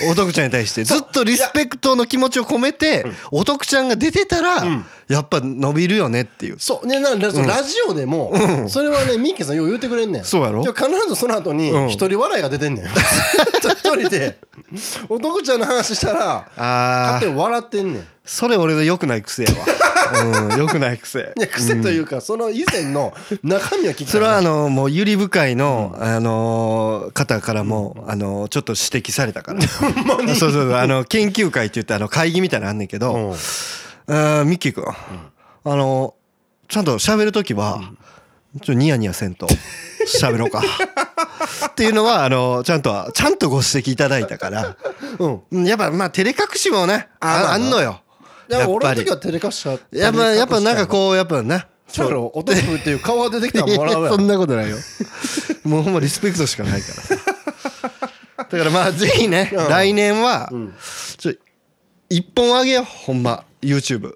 [SPEAKER 1] おとくちゃんに対してずっとリスペクトの気持ちを込めておとくちゃんが出てたら
[SPEAKER 2] うん
[SPEAKER 1] やっぱ伸びるよねっていう
[SPEAKER 2] そうねなんかそのラジオでも、それはねミッキーさんよう言うてくれんねん
[SPEAKER 1] そうやろ
[SPEAKER 2] で必ずその後に
[SPEAKER 1] うん
[SPEAKER 2] 一人笑いが出てんねん一人で男ちゃんの話したら
[SPEAKER 1] あ
[SPEAKER 2] 勝
[SPEAKER 1] ー
[SPEAKER 2] 手に笑ってんねんい
[SPEAKER 1] それ俺の良くない癖やわうん良くない癖
[SPEAKER 2] や癖というか、その以前の中身は聞きた
[SPEAKER 1] そ
[SPEAKER 2] い
[SPEAKER 1] れ
[SPEAKER 2] な
[SPEAKER 1] はあのもうゆり部会のあの方からもあのちょっと指摘された
[SPEAKER 2] <laughs>
[SPEAKER 1] からそうそうそうあの研究会って言ってあの会議みたいなのあんねんけど、
[SPEAKER 2] う
[SPEAKER 1] う
[SPEAKER 2] ん
[SPEAKER 1] んミッキー君、あのちゃんと喋るときは、ちょっとニヤニヤせんと喋ろうかっていうのはあのちゃんとはちゃんとご指摘いただいたから、うん、やっぱまあ照れ隠しもね
[SPEAKER 2] あま
[SPEAKER 1] あ
[SPEAKER 2] あ
[SPEAKER 1] あんのよ
[SPEAKER 2] いや
[SPEAKER 1] やっ
[SPEAKER 2] 俺
[SPEAKER 1] ぱ
[SPEAKER 2] の
[SPEAKER 1] り
[SPEAKER 2] 時は照れ隠しちゃった
[SPEAKER 1] やっぱやっぱなんかこうやっぱな
[SPEAKER 2] ちょっとおとくっていう顔が出てきたらもらうや
[SPEAKER 1] そん
[SPEAKER 2] ん
[SPEAKER 1] なこと <laughs> ないよもうほんまリスペクトしかないからさ
[SPEAKER 2] <laughs>
[SPEAKER 1] だからまあぜひね、
[SPEAKER 2] うん
[SPEAKER 1] 来年は、
[SPEAKER 2] ん
[SPEAKER 1] ちょ一本あげようほんま YouTube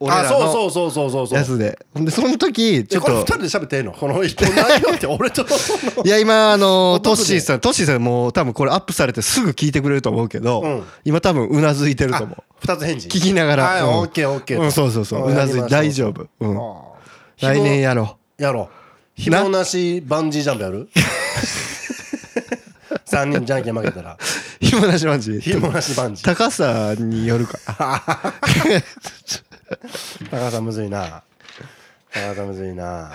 [SPEAKER 1] 俺
[SPEAKER 2] あ
[SPEAKER 1] ら
[SPEAKER 2] そう
[SPEAKER 1] の
[SPEAKER 2] そうそうそうそうそう
[SPEAKER 1] やつでほんでその時ち
[SPEAKER 2] ち
[SPEAKER 1] ょ
[SPEAKER 2] ょ
[SPEAKER 1] っ
[SPEAKER 2] これ二
[SPEAKER 1] と
[SPEAKER 2] 人で喋っていいのこの一本内容って俺とその
[SPEAKER 1] いや今あの
[SPEAKER 2] 男
[SPEAKER 1] ト
[SPEAKER 2] で
[SPEAKER 1] ッシーさんトッシーさんもう多分これアップされてすぐ聞いてくれると思うけど、
[SPEAKER 2] うん
[SPEAKER 1] 今多分うなずいてると思う
[SPEAKER 2] 二つ返事
[SPEAKER 1] 聞きながら、
[SPEAKER 2] はい
[SPEAKER 1] うん
[SPEAKER 2] オッケーオッケー
[SPEAKER 1] うんそうそうそううなずいて大丈夫、うん、
[SPEAKER 2] 夫
[SPEAKER 1] 来年や <laughs> ろ
[SPEAKER 2] やろう紐なしバンジージャンプやる三人じゃんけん負けたら
[SPEAKER 1] うひもなしまんじ
[SPEAKER 2] 紐なしバンジー
[SPEAKER 1] 高さによるか <laughs>
[SPEAKER 2] 高さんむずいな高さんむずいな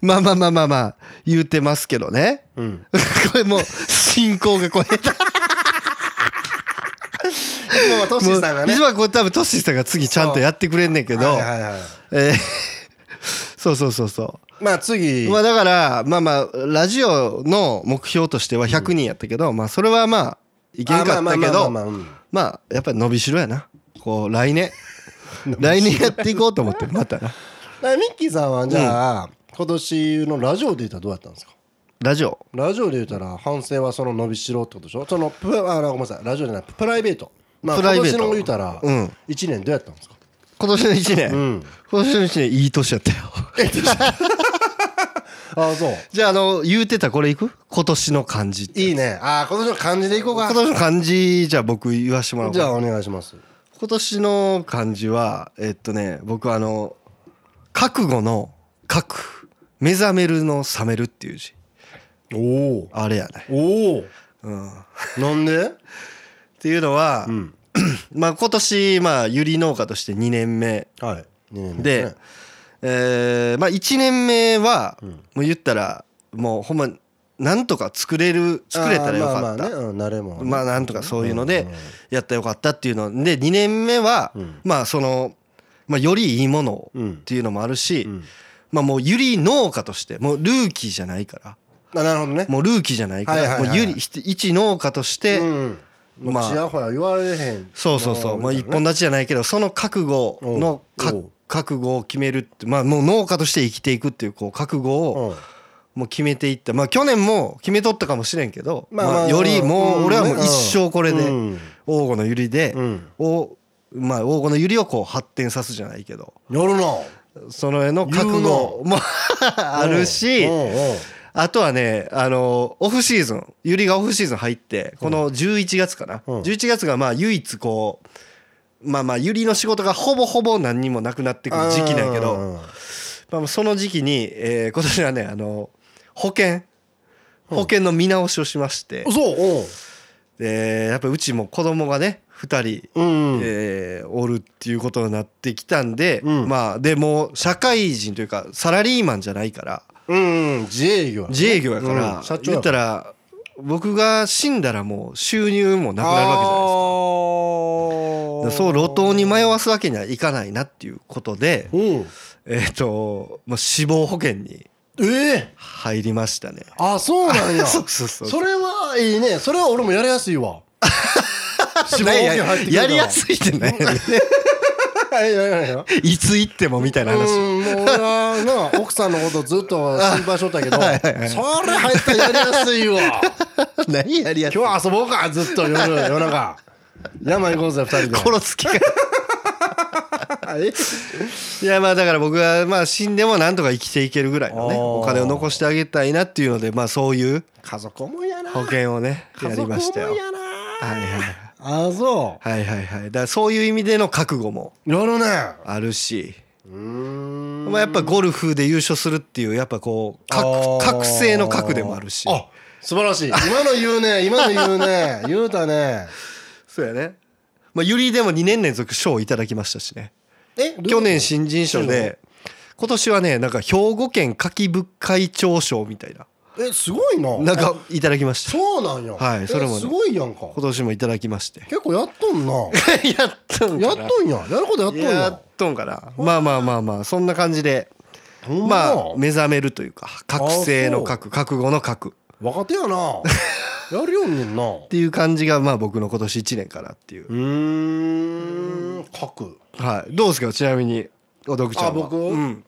[SPEAKER 1] まあまあまあまあまあ言うてますけどね、
[SPEAKER 2] ん
[SPEAKER 1] <laughs> これもう進行がこれだ
[SPEAKER 2] もうトシさんがね
[SPEAKER 1] 一番これ多分トッシーさんが次ちゃんとやってくれんねんけど、
[SPEAKER 2] はいはいはい
[SPEAKER 1] えーそうそうそうそ
[SPEAKER 2] まあ次
[SPEAKER 1] うまあだからまあまあラジオの目標としては100人やったけど、まあそれはまあいけんか
[SPEAKER 2] あ
[SPEAKER 1] っ
[SPEAKER 2] まあ
[SPEAKER 1] た
[SPEAKER 2] ま
[SPEAKER 1] け
[SPEAKER 2] あまあ
[SPEAKER 1] ど
[SPEAKER 2] まあまあうん
[SPEAKER 1] まあやっぱり伸びしろやなこう来
[SPEAKER 2] <laughs>
[SPEAKER 1] 年来年やっていこうと思ってまたな
[SPEAKER 2] だからミッキーさんはじゃあ今年のラジオで言ったらどうやったんですか
[SPEAKER 1] ラジオ
[SPEAKER 2] ラジオで言ったら反省はその伸びしろってことでしょそのプあごめんなさいラジオじゃないプライベートまあ
[SPEAKER 1] プライベート
[SPEAKER 2] 今年の言うたら
[SPEAKER 1] うん
[SPEAKER 2] 一年どうやったんですか
[SPEAKER 1] 今年の1年、
[SPEAKER 2] ん
[SPEAKER 1] 今年の1年いい年やったよ
[SPEAKER 2] ああそう
[SPEAKER 1] じゃあ、あの、言うてたこれいく今年の漢字って。
[SPEAKER 2] いいねああ今年の漢字でいこう
[SPEAKER 1] 今
[SPEAKER 2] か
[SPEAKER 1] 年の漢字、じゃあ僕言わしてもらおうか
[SPEAKER 2] じゃあお願いします
[SPEAKER 1] 今年の漢字は、えっとね、僕あの、覚悟の覚。目覚めるの覚めるっていう字。
[SPEAKER 2] おお
[SPEAKER 1] あれやね。
[SPEAKER 2] おお
[SPEAKER 1] うん。っ
[SPEAKER 2] なんで
[SPEAKER 1] ていうのは、
[SPEAKER 2] ん
[SPEAKER 1] <clears throat> まあ今年、まあ、ゆり農家として2年目
[SPEAKER 2] はい二年目
[SPEAKER 1] で、
[SPEAKER 2] ね
[SPEAKER 1] えーまあ1年目は、もう言ったら、もうほんま、なんとか作れる、作れたらよ
[SPEAKER 2] あ
[SPEAKER 1] か
[SPEAKER 2] ー
[SPEAKER 1] っ
[SPEAKER 2] まあ
[SPEAKER 1] た
[SPEAKER 2] まあね。うん慣れも
[SPEAKER 1] まあなんとかそういうのでやったらよかったっていうので2年目は
[SPEAKER 2] ん
[SPEAKER 1] まあそのまあよりいいものを
[SPEAKER 2] うん
[SPEAKER 1] っていうのもあるし
[SPEAKER 2] ん
[SPEAKER 1] まあもうゆり農家としてもうルーキーじゃないから
[SPEAKER 2] あなるほどね
[SPEAKER 1] もうルーキーじゃないか
[SPEAKER 2] はいは
[SPEAKER 1] ら
[SPEAKER 2] いはい
[SPEAKER 1] もうゆりひ一農家として
[SPEAKER 2] うんま
[SPEAKER 1] ま
[SPEAKER 2] あ
[SPEAKER 1] あ
[SPEAKER 2] ちやほや言われへん
[SPEAKER 1] そうそうそうまあ一本立ちじゃないけどその覚悟のか
[SPEAKER 2] おう
[SPEAKER 1] 覚悟を決めるってまあもう農家として生きていくっていうこう覚悟を
[SPEAKER 2] うん
[SPEAKER 1] もう決めていったまあ去年も決めとったかもしれんけど
[SPEAKER 2] まあまあ
[SPEAKER 1] まあよりも
[SPEAKER 2] うん
[SPEAKER 1] う俺はもう一生これで
[SPEAKER 2] うん
[SPEAKER 1] 王吾のゆりで
[SPEAKER 2] うん
[SPEAKER 1] を、まあ、王金のゆりをこう発展さすじゃないけど
[SPEAKER 2] やるな
[SPEAKER 1] そのへの覚
[SPEAKER 2] 言う
[SPEAKER 1] 悟も <laughs> あるし
[SPEAKER 2] うんうんうん
[SPEAKER 1] あとはねあのオフシーズンゆりがオフシーズン入ってこの11月かな、
[SPEAKER 2] うん
[SPEAKER 1] 11月がまあ唯一こうまあまあユリの仕事がほぼほぼ何にもなくなってくる時期なんやけど、まあ、その時期に、えー今年はねあの保険保険の見直しをしまして、
[SPEAKER 2] うんそう
[SPEAKER 1] でやっぱうちも子供がね2人、
[SPEAKER 2] うん、
[SPEAKER 1] えーおるっていうことになってきたんで、
[SPEAKER 2] うん
[SPEAKER 1] まあでも社会人というかサラリーマンじゃないから
[SPEAKER 2] うん、自営業や
[SPEAKER 1] 自営業やから、
[SPEAKER 2] うん社長
[SPEAKER 1] 言
[SPEAKER 2] や
[SPEAKER 1] ったら僕が死んだらもう収入もなくなるわけじゃないですか。だからそう路頭に迷わすわけにはいかないなっていうことで、
[SPEAKER 2] うん
[SPEAKER 1] えっ、と、まあ、死亡保険に
[SPEAKER 2] ええ
[SPEAKER 1] 入りましたね。
[SPEAKER 2] あそうなん
[SPEAKER 1] <laughs>
[SPEAKER 2] や
[SPEAKER 1] そうそうそう
[SPEAKER 2] それはいいねそれは俺もやりやすいわ死亡保険入ってくるから
[SPEAKER 1] やりやすいって
[SPEAKER 2] <laughs>
[SPEAKER 1] ね
[SPEAKER 2] いやいやいや
[SPEAKER 1] いつ行ってもみたいな話、
[SPEAKER 2] うんもう俺はな奥さんのことずっと心配しとったけ
[SPEAKER 1] <laughs>
[SPEAKER 2] ど
[SPEAKER 1] はいはいはい
[SPEAKER 2] それ入ったらやりやすいわ <laughs>
[SPEAKER 1] 何 <laughs> やりやすい
[SPEAKER 2] 今日遊ぼうかずっと夜夜中山行こうぜ二人で
[SPEAKER 1] 殺す気か
[SPEAKER 2] はい
[SPEAKER 1] いやまあだから僕はまあ死んでもなんとか生きていけるぐらいのね
[SPEAKER 2] あー
[SPEAKER 1] お金を残してあげたいなっていうのでまあそういう
[SPEAKER 2] 家族思いやな
[SPEAKER 1] 保険をねや
[SPEAKER 2] 家族
[SPEAKER 1] りましたよ
[SPEAKER 2] 思いやな
[SPEAKER 1] はいはいはい
[SPEAKER 2] あそ
[SPEAKER 1] はいはいはいだからそういう意味での覚悟も
[SPEAKER 2] うやるね
[SPEAKER 1] あるし
[SPEAKER 2] うーん
[SPEAKER 1] まあやっぱゴルフで優勝するっていうやっぱこう
[SPEAKER 2] あ
[SPEAKER 1] 覚
[SPEAKER 2] ー
[SPEAKER 1] 覚醒の覚でもあるし
[SPEAKER 2] あ素晴らしい今の言うね今の言うね言うたね
[SPEAKER 1] そうやねまあゆりでも2年連続賞をいただきましたしね
[SPEAKER 2] え
[SPEAKER 1] 去年新人賞で今年はねなんか兵庫県柿部会長賞みたいな
[SPEAKER 2] えすごいな
[SPEAKER 1] なん
[SPEAKER 2] あ
[SPEAKER 1] かいただきました
[SPEAKER 2] そうなんや
[SPEAKER 1] はい
[SPEAKER 2] え
[SPEAKER 1] それもね
[SPEAKER 2] すごいやんか
[SPEAKER 1] 今年もいただきまして
[SPEAKER 2] 結構やっとんな
[SPEAKER 1] <laughs> やっとんか
[SPEAKER 2] や
[SPEAKER 1] な
[SPEAKER 2] っとんややることやっとん
[SPEAKER 1] や
[SPEAKER 2] や
[SPEAKER 1] っとんかなまあまあまあまあそんな感じで
[SPEAKER 2] ほん
[SPEAKER 1] ま
[SPEAKER 2] ま
[SPEAKER 1] あ目覚めるというか覚醒の覚覚悟の覚っ
[SPEAKER 2] 若手やなやるよんねんなう
[SPEAKER 1] ていう感じがまあ僕の今年1年かなっていう
[SPEAKER 2] ーん書く
[SPEAKER 1] はいどうですかちなみにお読者は
[SPEAKER 2] あ僕
[SPEAKER 1] うん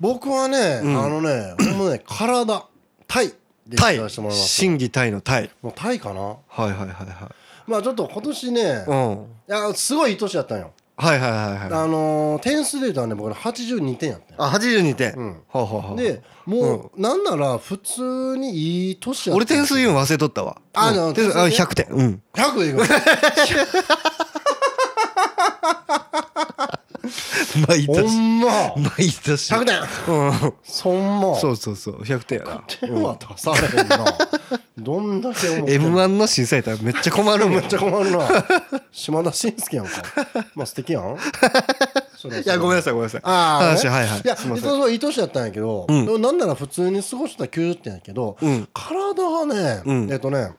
[SPEAKER 2] 僕はね、
[SPEAKER 1] ん
[SPEAKER 2] あのねほんま <coughs> ね体タイで
[SPEAKER 1] タイ
[SPEAKER 2] やらせてもらいます
[SPEAKER 1] 審議タイのタイ
[SPEAKER 2] もうタイかな
[SPEAKER 1] はいはいはいは
[SPEAKER 2] まあちょっと今年ね
[SPEAKER 1] いうん
[SPEAKER 2] いやすごいいい年やったんよ
[SPEAKER 1] はいはいはいはい
[SPEAKER 2] あのー点数で言うとね僕ね82点やったんよ
[SPEAKER 1] あ82点
[SPEAKER 2] うん
[SPEAKER 1] ほうほうほう
[SPEAKER 2] でもうなんなら普通にいい年や
[SPEAKER 1] 俺点数言うの忘れとったわ
[SPEAKER 2] あ
[SPEAKER 1] うん
[SPEAKER 2] でも
[SPEAKER 1] 点数あ
[SPEAKER 2] 点数ね
[SPEAKER 1] 100点うん
[SPEAKER 2] 100でいく
[SPEAKER 1] <laughs> <laughs> 毎
[SPEAKER 2] ほ
[SPEAKER 1] 年
[SPEAKER 2] んま
[SPEAKER 1] <laughs> 毎年
[SPEAKER 2] 100点
[SPEAKER 1] うん
[SPEAKER 2] そんま
[SPEAKER 1] そうそうそう100点やな
[SPEAKER 2] 点は足されへんなどんだけ思ってん
[SPEAKER 1] m
[SPEAKER 2] の
[SPEAKER 1] 1の審査やったらめっちゃ困るもん <laughs>
[SPEAKER 2] めっちゃ困るな島田紳介やんかまあ素敵やんそ
[SPEAKER 1] <laughs>
[SPEAKER 2] れ
[SPEAKER 1] いや、ごめん
[SPEAKER 2] い
[SPEAKER 1] なさい、ごめんなさい。
[SPEAKER 2] ああ、
[SPEAKER 1] 話、
[SPEAKER 2] ね
[SPEAKER 1] はいはい。
[SPEAKER 2] いや、
[SPEAKER 1] す
[SPEAKER 2] す
[SPEAKER 1] いません。
[SPEAKER 2] ごいいい年やったんやけど、
[SPEAKER 1] うん
[SPEAKER 2] でもなんなら普通に過ごしてた90点やけど、
[SPEAKER 1] うん
[SPEAKER 2] 体がね、
[SPEAKER 1] うん
[SPEAKER 2] えっとね、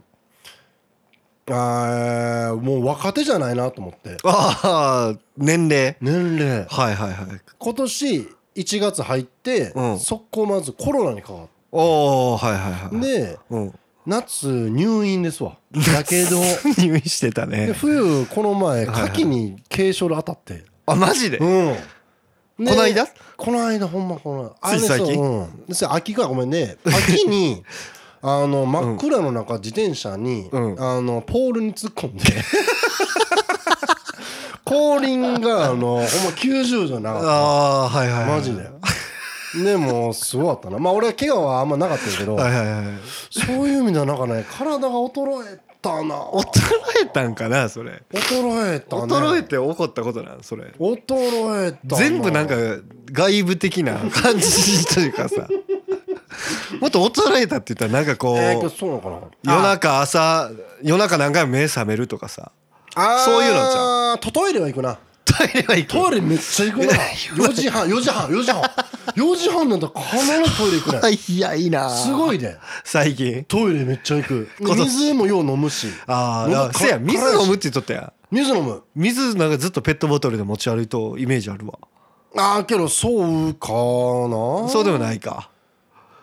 [SPEAKER 2] あーもう若手じゃないなと思って。
[SPEAKER 1] ああ、年齢。
[SPEAKER 2] 年齢。
[SPEAKER 1] はいはいはい。
[SPEAKER 2] 今年1月入って、
[SPEAKER 1] うん
[SPEAKER 2] 速攻まずコロナにかかっ
[SPEAKER 1] おお、はいはいは
[SPEAKER 2] て、
[SPEAKER 1] い。、
[SPEAKER 2] で、
[SPEAKER 1] うん。
[SPEAKER 2] 夏入院ですわ。だ
[SPEAKER 1] <laughs>
[SPEAKER 2] けど、
[SPEAKER 1] 入院してた
[SPEAKER 2] で
[SPEAKER 1] ね。
[SPEAKER 2] 冬この
[SPEAKER 1] はい
[SPEAKER 2] 前、
[SPEAKER 1] はい
[SPEAKER 2] 牡蠣に軽症で当たって。
[SPEAKER 1] あ、マジで
[SPEAKER 2] うん。で
[SPEAKER 1] この間
[SPEAKER 2] この間ほんまこの
[SPEAKER 1] つい最近
[SPEAKER 2] あれそううんですよ秋かごめんね秋
[SPEAKER 1] <laughs>
[SPEAKER 2] にあの真っ暗の中自転車に、
[SPEAKER 1] うん
[SPEAKER 2] あのポールに突っ込んで <laughs> 後輪があのほんま90度なかっ
[SPEAKER 1] ああ、はいはい
[SPEAKER 2] た
[SPEAKER 1] はい。
[SPEAKER 2] マジで。でもうすごかったなまあ俺は怪我はあんまなかったけど
[SPEAKER 1] はいはいはい。
[SPEAKER 2] そういう意味ではなんかね体が衰え
[SPEAKER 1] <laughs>
[SPEAKER 2] たな
[SPEAKER 1] 衰えたんかな、それ。
[SPEAKER 2] 衰えたね
[SPEAKER 1] 衰えて起こったことなん、それ。
[SPEAKER 2] 衰えた
[SPEAKER 1] 全部なんか外部的な <laughs> 感じというかさ。もっと衰えたって言ったらなんかこ
[SPEAKER 2] えー、
[SPEAKER 1] う
[SPEAKER 2] そうなのかな
[SPEAKER 1] 夜中朝夜中何回も目覚めるとかさ
[SPEAKER 2] あー
[SPEAKER 1] そういうのち
[SPEAKER 2] トトイレは行くな
[SPEAKER 1] トイレは行く
[SPEAKER 2] トイレめっちゃ行くな4時半4時半4時半4時半なんだ必ずトイレ行くね
[SPEAKER 1] 早いな
[SPEAKER 2] すごいで
[SPEAKER 1] 最近
[SPEAKER 2] トイレめっちゃ行く
[SPEAKER 1] 今年
[SPEAKER 2] 水もよう飲むし
[SPEAKER 1] ああ
[SPEAKER 2] 喉
[SPEAKER 1] だ
[SPEAKER 2] か
[SPEAKER 1] せや水
[SPEAKER 2] 辛いし
[SPEAKER 1] 飲むって言っとったやん
[SPEAKER 2] 水飲む
[SPEAKER 1] 水なんかずっとペットボトルで持ち歩いとうイメージあるわ
[SPEAKER 2] ああけどそうかな
[SPEAKER 1] そうでも
[SPEAKER 2] い
[SPEAKER 1] ないか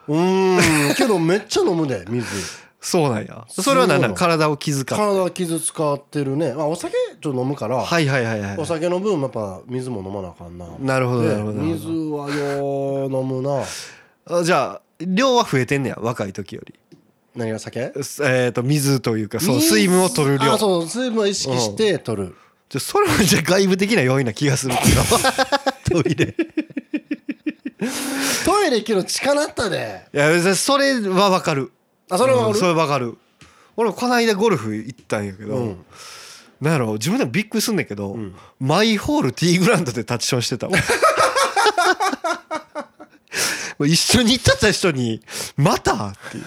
[SPEAKER 2] うーんけどめっちゃ飲むで
[SPEAKER 1] <laughs>
[SPEAKER 2] 水
[SPEAKER 1] そうなんやそれはなんなん
[SPEAKER 2] そ
[SPEAKER 1] 体を気遣う
[SPEAKER 2] 体傷使ってるね、まあ、お酒ちょっと飲むから、
[SPEAKER 1] はいはいはいはい
[SPEAKER 2] お酒の分やっぱ水も飲まなあかんな
[SPEAKER 1] なるほど
[SPEAKER 2] で
[SPEAKER 1] なるほどなる
[SPEAKER 2] 水
[SPEAKER 1] ほ
[SPEAKER 2] はよう飲むな
[SPEAKER 1] どあじゃあ量は増えてんねや若い時より
[SPEAKER 2] 何が酒
[SPEAKER 1] すえっ、と水というかそう
[SPEAKER 2] 水
[SPEAKER 1] 水分を取る量
[SPEAKER 2] あ
[SPEAKER 1] じゃ
[SPEAKER 2] そう水分は意識して取る、
[SPEAKER 1] あそれはじゃあ外部的な要因な気がするけど <laughs> トイレ
[SPEAKER 2] トイレ行ける近なったで
[SPEAKER 1] いや別にそれはわかる
[SPEAKER 2] あそれはわかる
[SPEAKER 1] うんそれわかる俺もこの間ゴルフ行ったんやけど、
[SPEAKER 2] うん
[SPEAKER 1] なんやろう自分でもびっくりすんねんけど、
[SPEAKER 2] ん
[SPEAKER 1] マイホール T グラウンドで立ちションしてたわ <laughs> もう一緒に行ってた人に「また!」っていう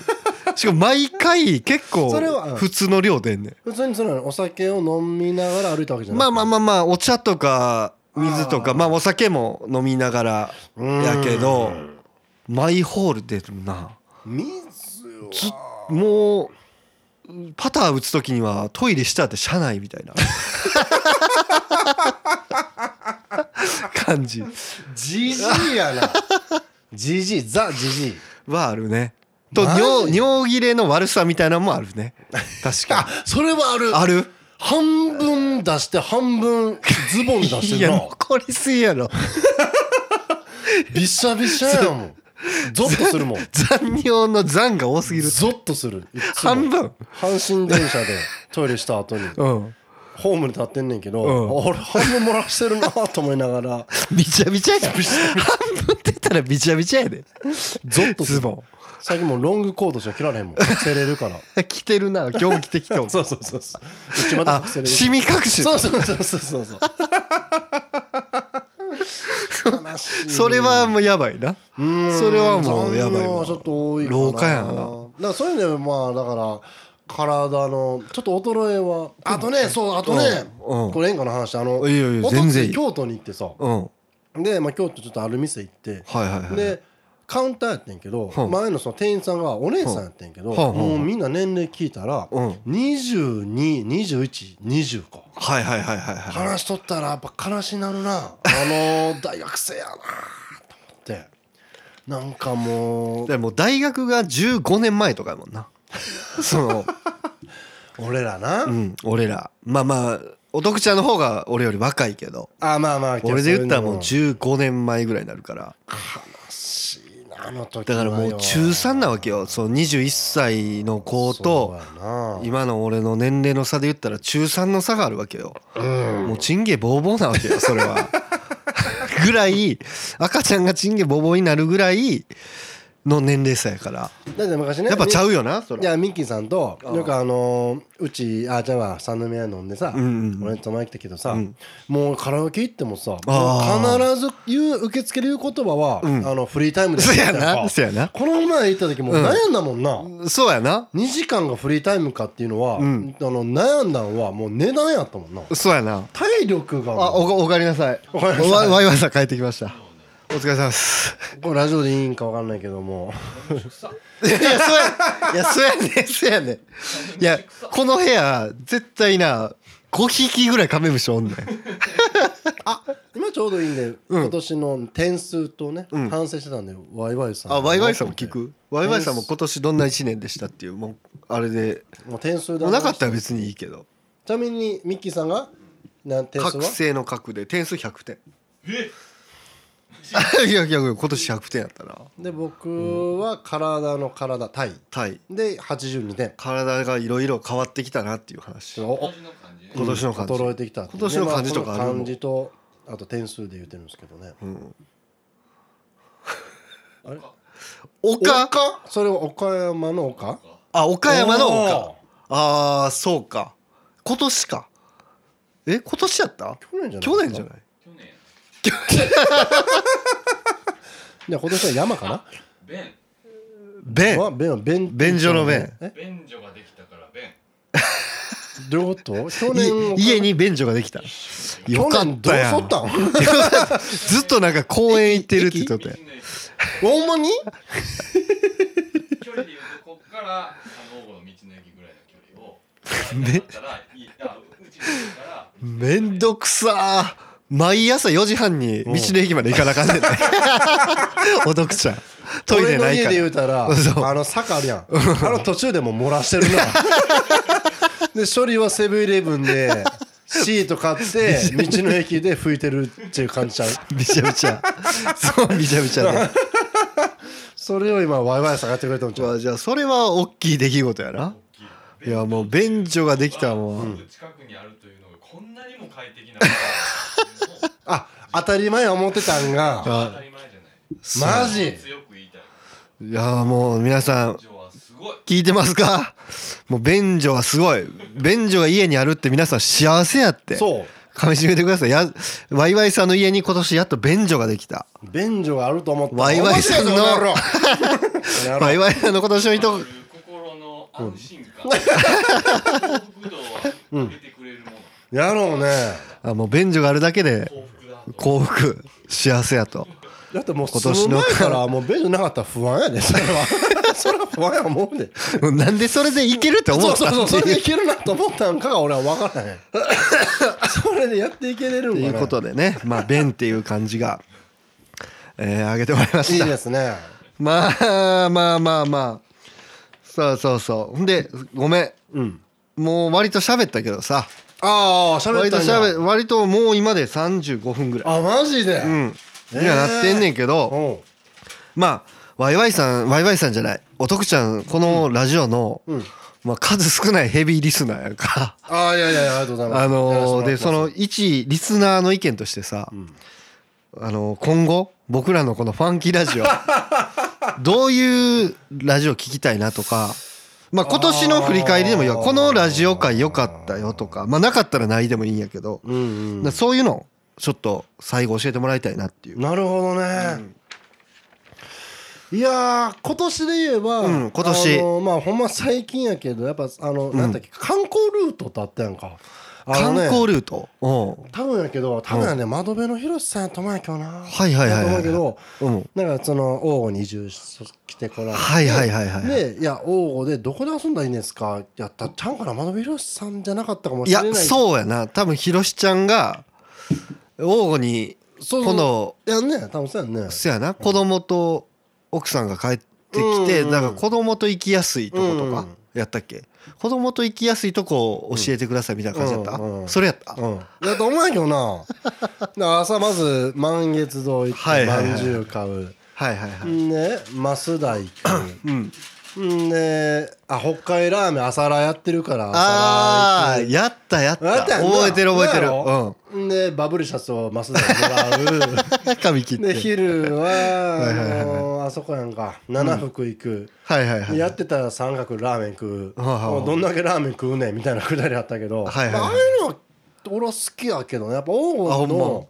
[SPEAKER 1] しかも毎回結構
[SPEAKER 2] それはうん
[SPEAKER 1] 普通の量出んねん
[SPEAKER 2] 普通にそのお酒を飲みながら歩いたわけじゃな
[SPEAKER 1] ま
[SPEAKER 2] い
[SPEAKER 1] あまあまあまあお茶とか水とか
[SPEAKER 2] あー
[SPEAKER 1] まあお酒も飲みながらやけどマイホールでな
[SPEAKER 2] 水を
[SPEAKER 1] ずもうパター打つ時にはトイレしたって車内みたい
[SPEAKER 2] <laughs>
[SPEAKER 1] な感じ
[SPEAKER 2] じじい
[SPEAKER 1] <laughs>
[SPEAKER 2] やなじじいザじじい
[SPEAKER 1] はあるねと
[SPEAKER 2] マジ
[SPEAKER 1] 尿尿切れの悪さみたいなのもあるね確
[SPEAKER 2] あ
[SPEAKER 1] か
[SPEAKER 2] それはある
[SPEAKER 1] ある
[SPEAKER 2] 半分出して半分ズボン出し
[SPEAKER 1] い
[SPEAKER 2] て
[SPEAKER 1] や
[SPEAKER 2] るな
[SPEAKER 1] 残りすぎやろ
[SPEAKER 2] びっしゃびっしゃやも
[SPEAKER 1] <laughs>
[SPEAKER 2] んゾッとするもん
[SPEAKER 1] 残尿の残が多すぎる
[SPEAKER 2] ゾッとするいつも
[SPEAKER 1] 半分
[SPEAKER 2] 阪神電車でトイレした後に
[SPEAKER 1] うん
[SPEAKER 2] ホームに立ってんねんけど、
[SPEAKER 1] う
[SPEAKER 2] 俺半分漏らしてるなと思いながら
[SPEAKER 1] びちゃびちゃや半分って言ったらびちゃびちゃやで
[SPEAKER 2] ゾッとす
[SPEAKER 1] ズ
[SPEAKER 2] る <laughs>
[SPEAKER 1] ボ
[SPEAKER 2] 最近もうロングコートしか着ら <laughs> れへんもん着れるから
[SPEAKER 1] ン着てるな今日着てきた
[SPEAKER 2] <laughs> そうそうそうそううちまだ
[SPEAKER 1] あ
[SPEAKER 2] 着せれる
[SPEAKER 1] シミ隠し
[SPEAKER 2] そうそうそうそうそうそう
[SPEAKER 1] それはもうやばいなそれはもうやばい
[SPEAKER 2] わ
[SPEAKER 1] わ
[SPEAKER 2] ちょっと多いかな
[SPEAKER 1] 老化やな
[SPEAKER 2] だからそういうのでまあだから体のちょっと衰えはあとねそうあとね、
[SPEAKER 1] うんうん
[SPEAKER 2] これ演歌の話あの
[SPEAKER 1] いやいや
[SPEAKER 2] おとつい
[SPEAKER 1] 全然いい
[SPEAKER 2] 京都に行ってさ、
[SPEAKER 1] うんはい
[SPEAKER 2] で、まあ、京都ちょっとある店行って、
[SPEAKER 1] はいはい
[SPEAKER 2] でカウンターやってんけど
[SPEAKER 1] ほう
[SPEAKER 2] 前のその店員さんがお姉さんやってんけど
[SPEAKER 1] ほうほうほう
[SPEAKER 2] もうみんな年齢聞いたら
[SPEAKER 1] うん
[SPEAKER 2] 222120か
[SPEAKER 1] はいはいはいはいはい
[SPEAKER 2] 話しとったらやっぱ悲しなるなあの大学生やなと思ってなんかもう
[SPEAKER 1] でもう大学が15年前とかやもんな <laughs> その、
[SPEAKER 2] 俺らな
[SPEAKER 1] うん、俺らまあまあおとくちゃんの方が俺より若いけど
[SPEAKER 2] あまあまあ
[SPEAKER 1] 俺で言ったらもう
[SPEAKER 2] 悲
[SPEAKER 1] 15年前ぐらいになるから
[SPEAKER 2] しいなあの時
[SPEAKER 1] だからもう中3なわけよその21歳の子と
[SPEAKER 2] と
[SPEAKER 1] 今の俺の年齢の差で言ったら中3の差があるわけよ
[SPEAKER 2] うん
[SPEAKER 1] もうチンゲボーボーなわけよ <laughs> それはぐらい赤ちゃんがチンゲボーボーになるぐらいの年齢差やから
[SPEAKER 2] だって昔ね
[SPEAKER 1] やっぱちゃうよなそ
[SPEAKER 2] い
[SPEAKER 1] れ
[SPEAKER 2] やミッキーさんと
[SPEAKER 1] ああ
[SPEAKER 2] よくあのーうちあじゃあ三宮飲んでさ、
[SPEAKER 1] うんうんうん
[SPEAKER 2] 俺と前来たけどさ、
[SPEAKER 1] ん
[SPEAKER 2] もうカラオケ行ってもさ
[SPEAKER 1] ああ
[SPEAKER 2] もう必ず言う受け付ける言葉は、
[SPEAKER 1] うん
[SPEAKER 2] あのフリータイムで
[SPEAKER 1] そ
[SPEAKER 2] す
[SPEAKER 1] や
[SPEAKER 2] なん
[SPEAKER 1] な
[SPEAKER 2] か
[SPEAKER 1] そやな
[SPEAKER 2] この前行った時も
[SPEAKER 1] うん
[SPEAKER 2] 悩んだもんな、
[SPEAKER 1] そうやな
[SPEAKER 2] 2時間がフリータイムかっていうのは、
[SPEAKER 1] うん
[SPEAKER 2] あの悩んだんはもう値段やったもんな
[SPEAKER 1] そうやな
[SPEAKER 2] 体力が
[SPEAKER 1] あ、おか、おかえりなさい。
[SPEAKER 2] おかえりなさ
[SPEAKER 1] わ、
[SPEAKER 2] い
[SPEAKER 1] わいわいさん帰ってきました。お疲れ様です。
[SPEAKER 2] これラジオでいいんか分かんないけども
[SPEAKER 1] <laughs> いや、そうや、いや、そうやねん、そうやねん。いや、この部屋、絶対な、5匹ぐらいカメムシおんねん。
[SPEAKER 2] あ今ちょうどいいんで、
[SPEAKER 1] ん
[SPEAKER 2] 今年の点数とね、
[SPEAKER 1] うん
[SPEAKER 2] 反省してたんでワイワイさん
[SPEAKER 1] あ、ワイワイさんも聞くワイワイさんも今年どんな1年でしたっていう、もう、あれで、
[SPEAKER 2] もう点数で
[SPEAKER 1] もうなかったら別にいいけど。
[SPEAKER 2] ちなみにミッキーさんがなん点数
[SPEAKER 1] 覚
[SPEAKER 2] は
[SPEAKER 1] 醒の角で点数100点。えいやいや、今年100点やったな。
[SPEAKER 2] で僕は体の体体
[SPEAKER 1] 対、
[SPEAKER 2] で82点
[SPEAKER 1] 体がいろいろ変わってきたなっていう話。
[SPEAKER 2] おお
[SPEAKER 1] 今年の感じ。
[SPEAKER 2] 衰えてきたっていう
[SPEAKER 1] 今年の感じとかある
[SPEAKER 2] ま
[SPEAKER 1] もん
[SPEAKER 2] あこの感じとあと点数で言ってるんですけどね
[SPEAKER 1] 岡
[SPEAKER 2] それは岡山の岡
[SPEAKER 1] あ岡山の岡
[SPEAKER 2] おー
[SPEAKER 1] ああそうか今年かえ今年やった
[SPEAKER 2] 去年じゃない
[SPEAKER 1] 去年じゃない
[SPEAKER 3] 去年
[SPEAKER 2] じゃあ今年は山
[SPEAKER 1] <laughs>
[SPEAKER 2] かな
[SPEAKER 3] 便
[SPEAKER 1] 弁
[SPEAKER 2] わ便は便
[SPEAKER 1] 便所の便
[SPEAKER 2] え
[SPEAKER 3] 便所ができたから便
[SPEAKER 2] どういうこと去
[SPEAKER 1] い
[SPEAKER 2] 年
[SPEAKER 1] 家に便所ができたよ
[SPEAKER 2] 去
[SPEAKER 1] か
[SPEAKER 2] 年
[SPEAKER 1] っ
[SPEAKER 2] どう
[SPEAKER 1] たや
[SPEAKER 2] そ
[SPEAKER 1] ん
[SPEAKER 2] ったん <laughs>
[SPEAKER 1] ずっとなんか公園行ってるって言ってたよ
[SPEAKER 3] 道の駅
[SPEAKER 2] ほんまに
[SPEAKER 3] 距離でいうとこっから三王郷の道の駅ぐらいの距離を
[SPEAKER 1] ね
[SPEAKER 3] だったらいいあうちの家から
[SPEAKER 1] めんどくさー毎朝4時半に道の駅まで行かなあかんね
[SPEAKER 2] <laughs>
[SPEAKER 1] んねお得ちゃんトイレない
[SPEAKER 2] 俺の家
[SPEAKER 1] か
[SPEAKER 2] で言
[SPEAKER 1] ら
[SPEAKER 2] うたら
[SPEAKER 1] そう
[SPEAKER 2] あの坂あるやんあの途中でもう漏らしてる <laughs> なで処理はセブンイレブン <laughs> でシート買って <laughs> 道の駅で拭いてるっていう感じちゃう
[SPEAKER 1] びちゃびちゃそうびちゃびちゃ
[SPEAKER 2] <laughs>
[SPEAKER 1] で
[SPEAKER 2] それを今ワイワイ探ってくれたんちゃう
[SPEAKER 1] まあじゃあそれは大きい出来事やな。いやもう便所ができたもん。
[SPEAKER 3] 近くにあるというのがこんなにも快適なこと
[SPEAKER 2] <laughs> あ
[SPEAKER 3] は
[SPEAKER 2] 当たり前や思ってたんが
[SPEAKER 3] 当たり前じゃない
[SPEAKER 2] マジ
[SPEAKER 3] 強く言いたい
[SPEAKER 1] いやもう皆さん
[SPEAKER 3] 便所はすごごい
[SPEAKER 1] 聞いてますか <laughs> もう便所はすごい便所が家にあるって皆さん幸せやって
[SPEAKER 2] そう
[SPEAKER 1] 噛みしめてくださいやワイワイさんの家に今年やっと便所ができた
[SPEAKER 2] 便所があると思った
[SPEAKER 1] ワイワイさんの
[SPEAKER 2] お前らこの野郎
[SPEAKER 1] <laughs> ワイワイさんの今年のい
[SPEAKER 3] あ
[SPEAKER 1] と
[SPEAKER 3] る心の安心感幸福度は出てくれるもの
[SPEAKER 2] やろうね
[SPEAKER 1] あもう便所があるだけで
[SPEAKER 3] 幸福だ
[SPEAKER 1] 幸福幸せやと
[SPEAKER 2] だってもう
[SPEAKER 1] 今
[SPEAKER 2] 今
[SPEAKER 1] 年
[SPEAKER 2] 年
[SPEAKER 1] の
[SPEAKER 2] の前からもう便所なかったら不安やでそれ <laughs> はそれは不安や思うで
[SPEAKER 1] もうなんでそれでいけるって思
[SPEAKER 2] そ
[SPEAKER 1] っ
[SPEAKER 2] うそう
[SPEAKER 1] た
[SPEAKER 2] そう
[SPEAKER 1] って
[SPEAKER 2] それ
[SPEAKER 1] いう
[SPEAKER 2] でいけるなと思ったんかが俺は分からへんそれでやっていけれる
[SPEAKER 1] と
[SPEAKER 2] んか
[SPEAKER 1] い
[SPEAKER 2] な
[SPEAKER 1] うことでねまあ便っていう感じがえー、挙げてもらいま
[SPEAKER 2] い
[SPEAKER 1] し
[SPEAKER 2] い
[SPEAKER 1] た
[SPEAKER 2] ですね
[SPEAKER 1] まあまあまあまあそうそうそうほんでごめ
[SPEAKER 2] うん
[SPEAKER 1] んもう割と喋ったけどさ
[SPEAKER 2] ああしゃべ
[SPEAKER 1] 割
[SPEAKER 2] った
[SPEAKER 1] と
[SPEAKER 2] んや
[SPEAKER 1] 喋割ともう今で35分ぐらい
[SPEAKER 2] あマジで
[SPEAKER 1] うん
[SPEAKER 2] え
[SPEAKER 1] にはなってんねんけど、
[SPEAKER 2] お
[SPEAKER 1] まあワイワイさんワイワイさんじゃないおとくちゃんこのラジオの、
[SPEAKER 2] うんうん
[SPEAKER 1] まあ、数少ないヘビーリスナーやんか
[SPEAKER 2] ああいやいやいやありがとうございます
[SPEAKER 1] あのー
[SPEAKER 2] や
[SPEAKER 1] で
[SPEAKER 2] らせて
[SPEAKER 1] そ
[SPEAKER 2] もら
[SPEAKER 1] の
[SPEAKER 2] って
[SPEAKER 1] 一リスナーの意見としてさ、
[SPEAKER 2] ん
[SPEAKER 1] あのー今後僕らのこのファンキーラ
[SPEAKER 2] <laughs>
[SPEAKER 1] ジオどういうラジオ聞きたいなとか。まあ今年の振り返りでもいいわ
[SPEAKER 2] あー
[SPEAKER 1] このラジオ界良かったよとかまあなかったらないでもいいんやけど、
[SPEAKER 2] ますうん
[SPEAKER 1] だからそういうのをちょっと最後教えてもらいたいなっていう
[SPEAKER 2] うん、なるほどね、いやー今年で言えば、
[SPEAKER 1] うん今年
[SPEAKER 2] あのーまあほんま最近やけどやっぱあの、なんだっけ観光ルートってあったやんかあの
[SPEAKER 1] 観
[SPEAKER 2] ね
[SPEAKER 1] 光ルートうん
[SPEAKER 2] 多分やけど多分やね、窓辺の広瀬さんやと思うんやけどなはい
[SPEAKER 1] はいはいはい
[SPEAKER 2] と思うけど
[SPEAKER 1] うん
[SPEAKER 2] なんかその王吾に移住し来てこられて
[SPEAKER 1] はいはいはいはい
[SPEAKER 2] でいや王吾でどこで遊んだらいいんですかやったらちゃんから窓辺広瀬さんじゃなかったかも
[SPEAKER 1] い
[SPEAKER 2] しれない
[SPEAKER 1] やそうやな多分ひろしちゃんが王吾に
[SPEAKER 2] そう
[SPEAKER 1] この
[SPEAKER 2] いやね多分そうやんね
[SPEAKER 1] そやな子供と奥さんが帰ってきて
[SPEAKER 2] うんうん
[SPEAKER 1] だから子供と行きやすいとことか
[SPEAKER 2] うん
[SPEAKER 1] やったっけ子供と行きやすいとこを教えてくださいみたいな感じやっ
[SPEAKER 2] うんう
[SPEAKER 1] た
[SPEAKER 2] ん
[SPEAKER 1] それやった
[SPEAKER 2] うん、だと思うんやけ
[SPEAKER 1] <laughs>
[SPEAKER 2] どなだから朝まず満月堂行っ
[SPEAKER 1] はい
[SPEAKER 2] て
[SPEAKER 1] はいはい
[SPEAKER 2] まんじゅう買う、
[SPEAKER 1] はいはいはい
[SPEAKER 2] んで増田行く
[SPEAKER 1] うん
[SPEAKER 2] んであ北海ラーメン朝ラーやってるから
[SPEAKER 1] あ
[SPEAKER 2] 朝ラー
[SPEAKER 1] ー
[SPEAKER 2] 行
[SPEAKER 1] やったやっ
[SPEAKER 2] や
[SPEAKER 1] た
[SPEAKER 2] ったやんな
[SPEAKER 1] 覚えてる覚えてる
[SPEAKER 2] そうやろ
[SPEAKER 1] う
[SPEAKER 2] くんでバブルシャツを増田にも
[SPEAKER 1] <laughs>
[SPEAKER 2] ら
[SPEAKER 1] ん髪切っ
[SPEAKER 2] うで
[SPEAKER 1] て
[SPEAKER 2] 昼
[SPEAKER 1] いはいはい
[SPEAKER 2] はあのーあそこやんか七福行く、
[SPEAKER 1] はいはいはい
[SPEAKER 2] やってたら三角ラーメン食う、
[SPEAKER 1] はいはいはい
[SPEAKER 2] もうどんだけラーメン食うねんみたいなくだりあったけど、
[SPEAKER 1] はいはいはい
[SPEAKER 2] まあああいうのは俺は好きやけどねやっぱ王
[SPEAKER 1] あほ
[SPEAKER 2] 吾
[SPEAKER 1] ん
[SPEAKER 2] の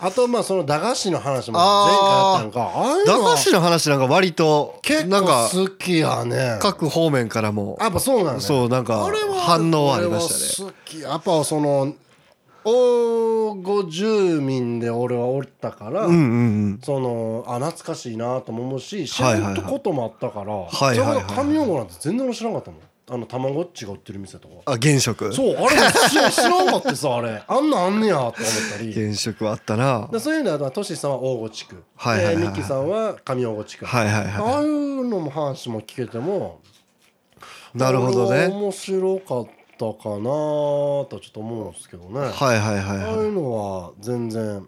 [SPEAKER 2] あとまあその駄菓子の話も前回あ
[SPEAKER 1] あー
[SPEAKER 2] ったんかああいう
[SPEAKER 1] 駄
[SPEAKER 2] のは
[SPEAKER 1] 菓子の話なんか割と
[SPEAKER 2] 結
[SPEAKER 1] なんか
[SPEAKER 2] 構好きやねやっ
[SPEAKER 1] 各方面からも
[SPEAKER 2] ぱそうなんね
[SPEAKER 1] そうなんか
[SPEAKER 2] あれは
[SPEAKER 1] 反応はありましたね
[SPEAKER 2] 俺は好きやっぱその王吾住民で俺はおったから、
[SPEAKER 1] うんうんうん
[SPEAKER 2] そのあ懐かしいなとも思うし知
[SPEAKER 1] はい
[SPEAKER 2] ら
[SPEAKER 1] はいはい
[SPEAKER 2] んこともあったから、
[SPEAKER 1] はいはいはい
[SPEAKER 2] それこそ上四号なんて全然俺知らんかったもんあのたまごっちが売ってる店とか
[SPEAKER 1] あ現職
[SPEAKER 2] そうあれも知らん知らんかってさあれあんなんあんねやと思ったり
[SPEAKER 1] 現職はあったな
[SPEAKER 2] でそういうのはトシさんは大御地区、
[SPEAKER 1] はいはいはいはい
[SPEAKER 2] でミッキーさんは上大御地区、
[SPEAKER 1] はいはい
[SPEAKER 2] あ
[SPEAKER 1] は
[SPEAKER 2] あいうのも話も聞けても
[SPEAKER 1] いなるほど
[SPEAKER 2] 俺は
[SPEAKER 1] ね
[SPEAKER 2] 面白かったかなとちょっと思うんですけどね、
[SPEAKER 1] はいはいはい
[SPEAKER 2] ああ
[SPEAKER 1] は
[SPEAKER 2] いうのは全然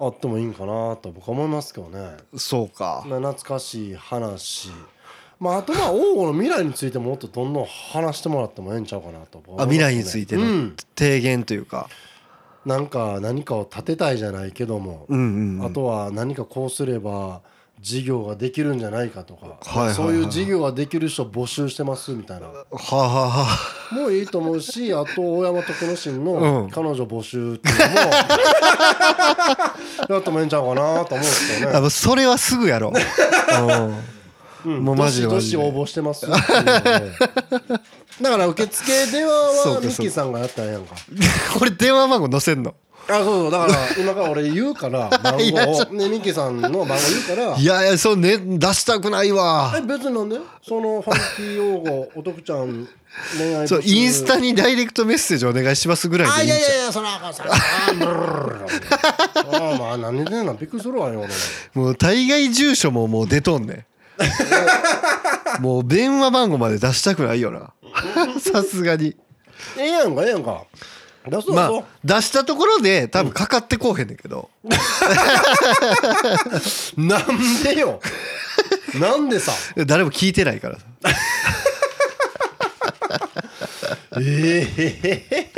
[SPEAKER 2] あってもいいんかなと僕は思いますけどね
[SPEAKER 1] いそうか
[SPEAKER 2] まあ懐かしい話まああとまあ王吾の未来についてももっとどんどん話してもらってもええんちゃうかなと
[SPEAKER 1] あ未来について
[SPEAKER 2] う
[SPEAKER 1] の
[SPEAKER 2] ん
[SPEAKER 1] 提言というか
[SPEAKER 2] なんか何かを立てたいじゃないけども、
[SPEAKER 1] うんうんうん
[SPEAKER 2] あとは何かこうすれば事業ができるんじゃないかとか、
[SPEAKER 1] はいはいはい
[SPEAKER 2] そういう事業ができる人募集してますみたいな
[SPEAKER 1] はあはあは
[SPEAKER 2] もういいと思
[SPEAKER 1] <laughs>
[SPEAKER 2] うしあと大山徳之進
[SPEAKER 1] う
[SPEAKER 2] の
[SPEAKER 1] ん
[SPEAKER 2] 彼女募集っていうの
[SPEAKER 1] <laughs>
[SPEAKER 2] も、やってもええんちゃうかなと思うんですけど
[SPEAKER 1] ああ
[SPEAKER 2] ね、
[SPEAKER 1] もうそれはすぐや
[SPEAKER 2] <laughs>
[SPEAKER 1] ろうん
[SPEAKER 2] うん、
[SPEAKER 1] もうマジで
[SPEAKER 2] どしどし応募してますっていうので <laughs> だから受付電話
[SPEAKER 1] そう
[SPEAKER 2] は
[SPEAKER 1] か
[SPEAKER 2] ミ
[SPEAKER 1] そ
[SPEAKER 2] ッ
[SPEAKER 1] う
[SPEAKER 2] キ
[SPEAKER 1] か
[SPEAKER 2] ーさんがやったらええやんか
[SPEAKER 1] これ電話番号載せんの
[SPEAKER 2] あそうそうだから今から俺言うから <laughs> 番
[SPEAKER 1] いや
[SPEAKER 2] 号をねミッキーさんの番号言うから
[SPEAKER 1] いやいやそうね出したくないわ
[SPEAKER 2] え別になんでそのファンキー用語お得ちゃん恋愛
[SPEAKER 1] そうインスタ
[SPEAKER 2] に
[SPEAKER 1] にダイレクトメッセージお願いしますぐら
[SPEAKER 2] あ
[SPEAKER 1] い
[SPEAKER 2] い
[SPEAKER 1] でいいんち
[SPEAKER 2] やい
[SPEAKER 1] ゃう
[SPEAKER 2] やいやそらあかんそらあかんブルルルルルルあーまあ何言ってんのびっくりするわよ俺
[SPEAKER 1] もう大概住所ももう出とんねんもう電話番号まで出したくないよ
[SPEAKER 2] <laughs>
[SPEAKER 1] なさすがに
[SPEAKER 2] ええやんかええやんか出そう出
[SPEAKER 1] ま
[SPEAKER 2] そう
[SPEAKER 1] あ出したところで多分かかってこうへんねんけど、
[SPEAKER 2] なんでよなんでさ
[SPEAKER 1] 誰も聞いてないから
[SPEAKER 2] <laughs> え <laughs> ええ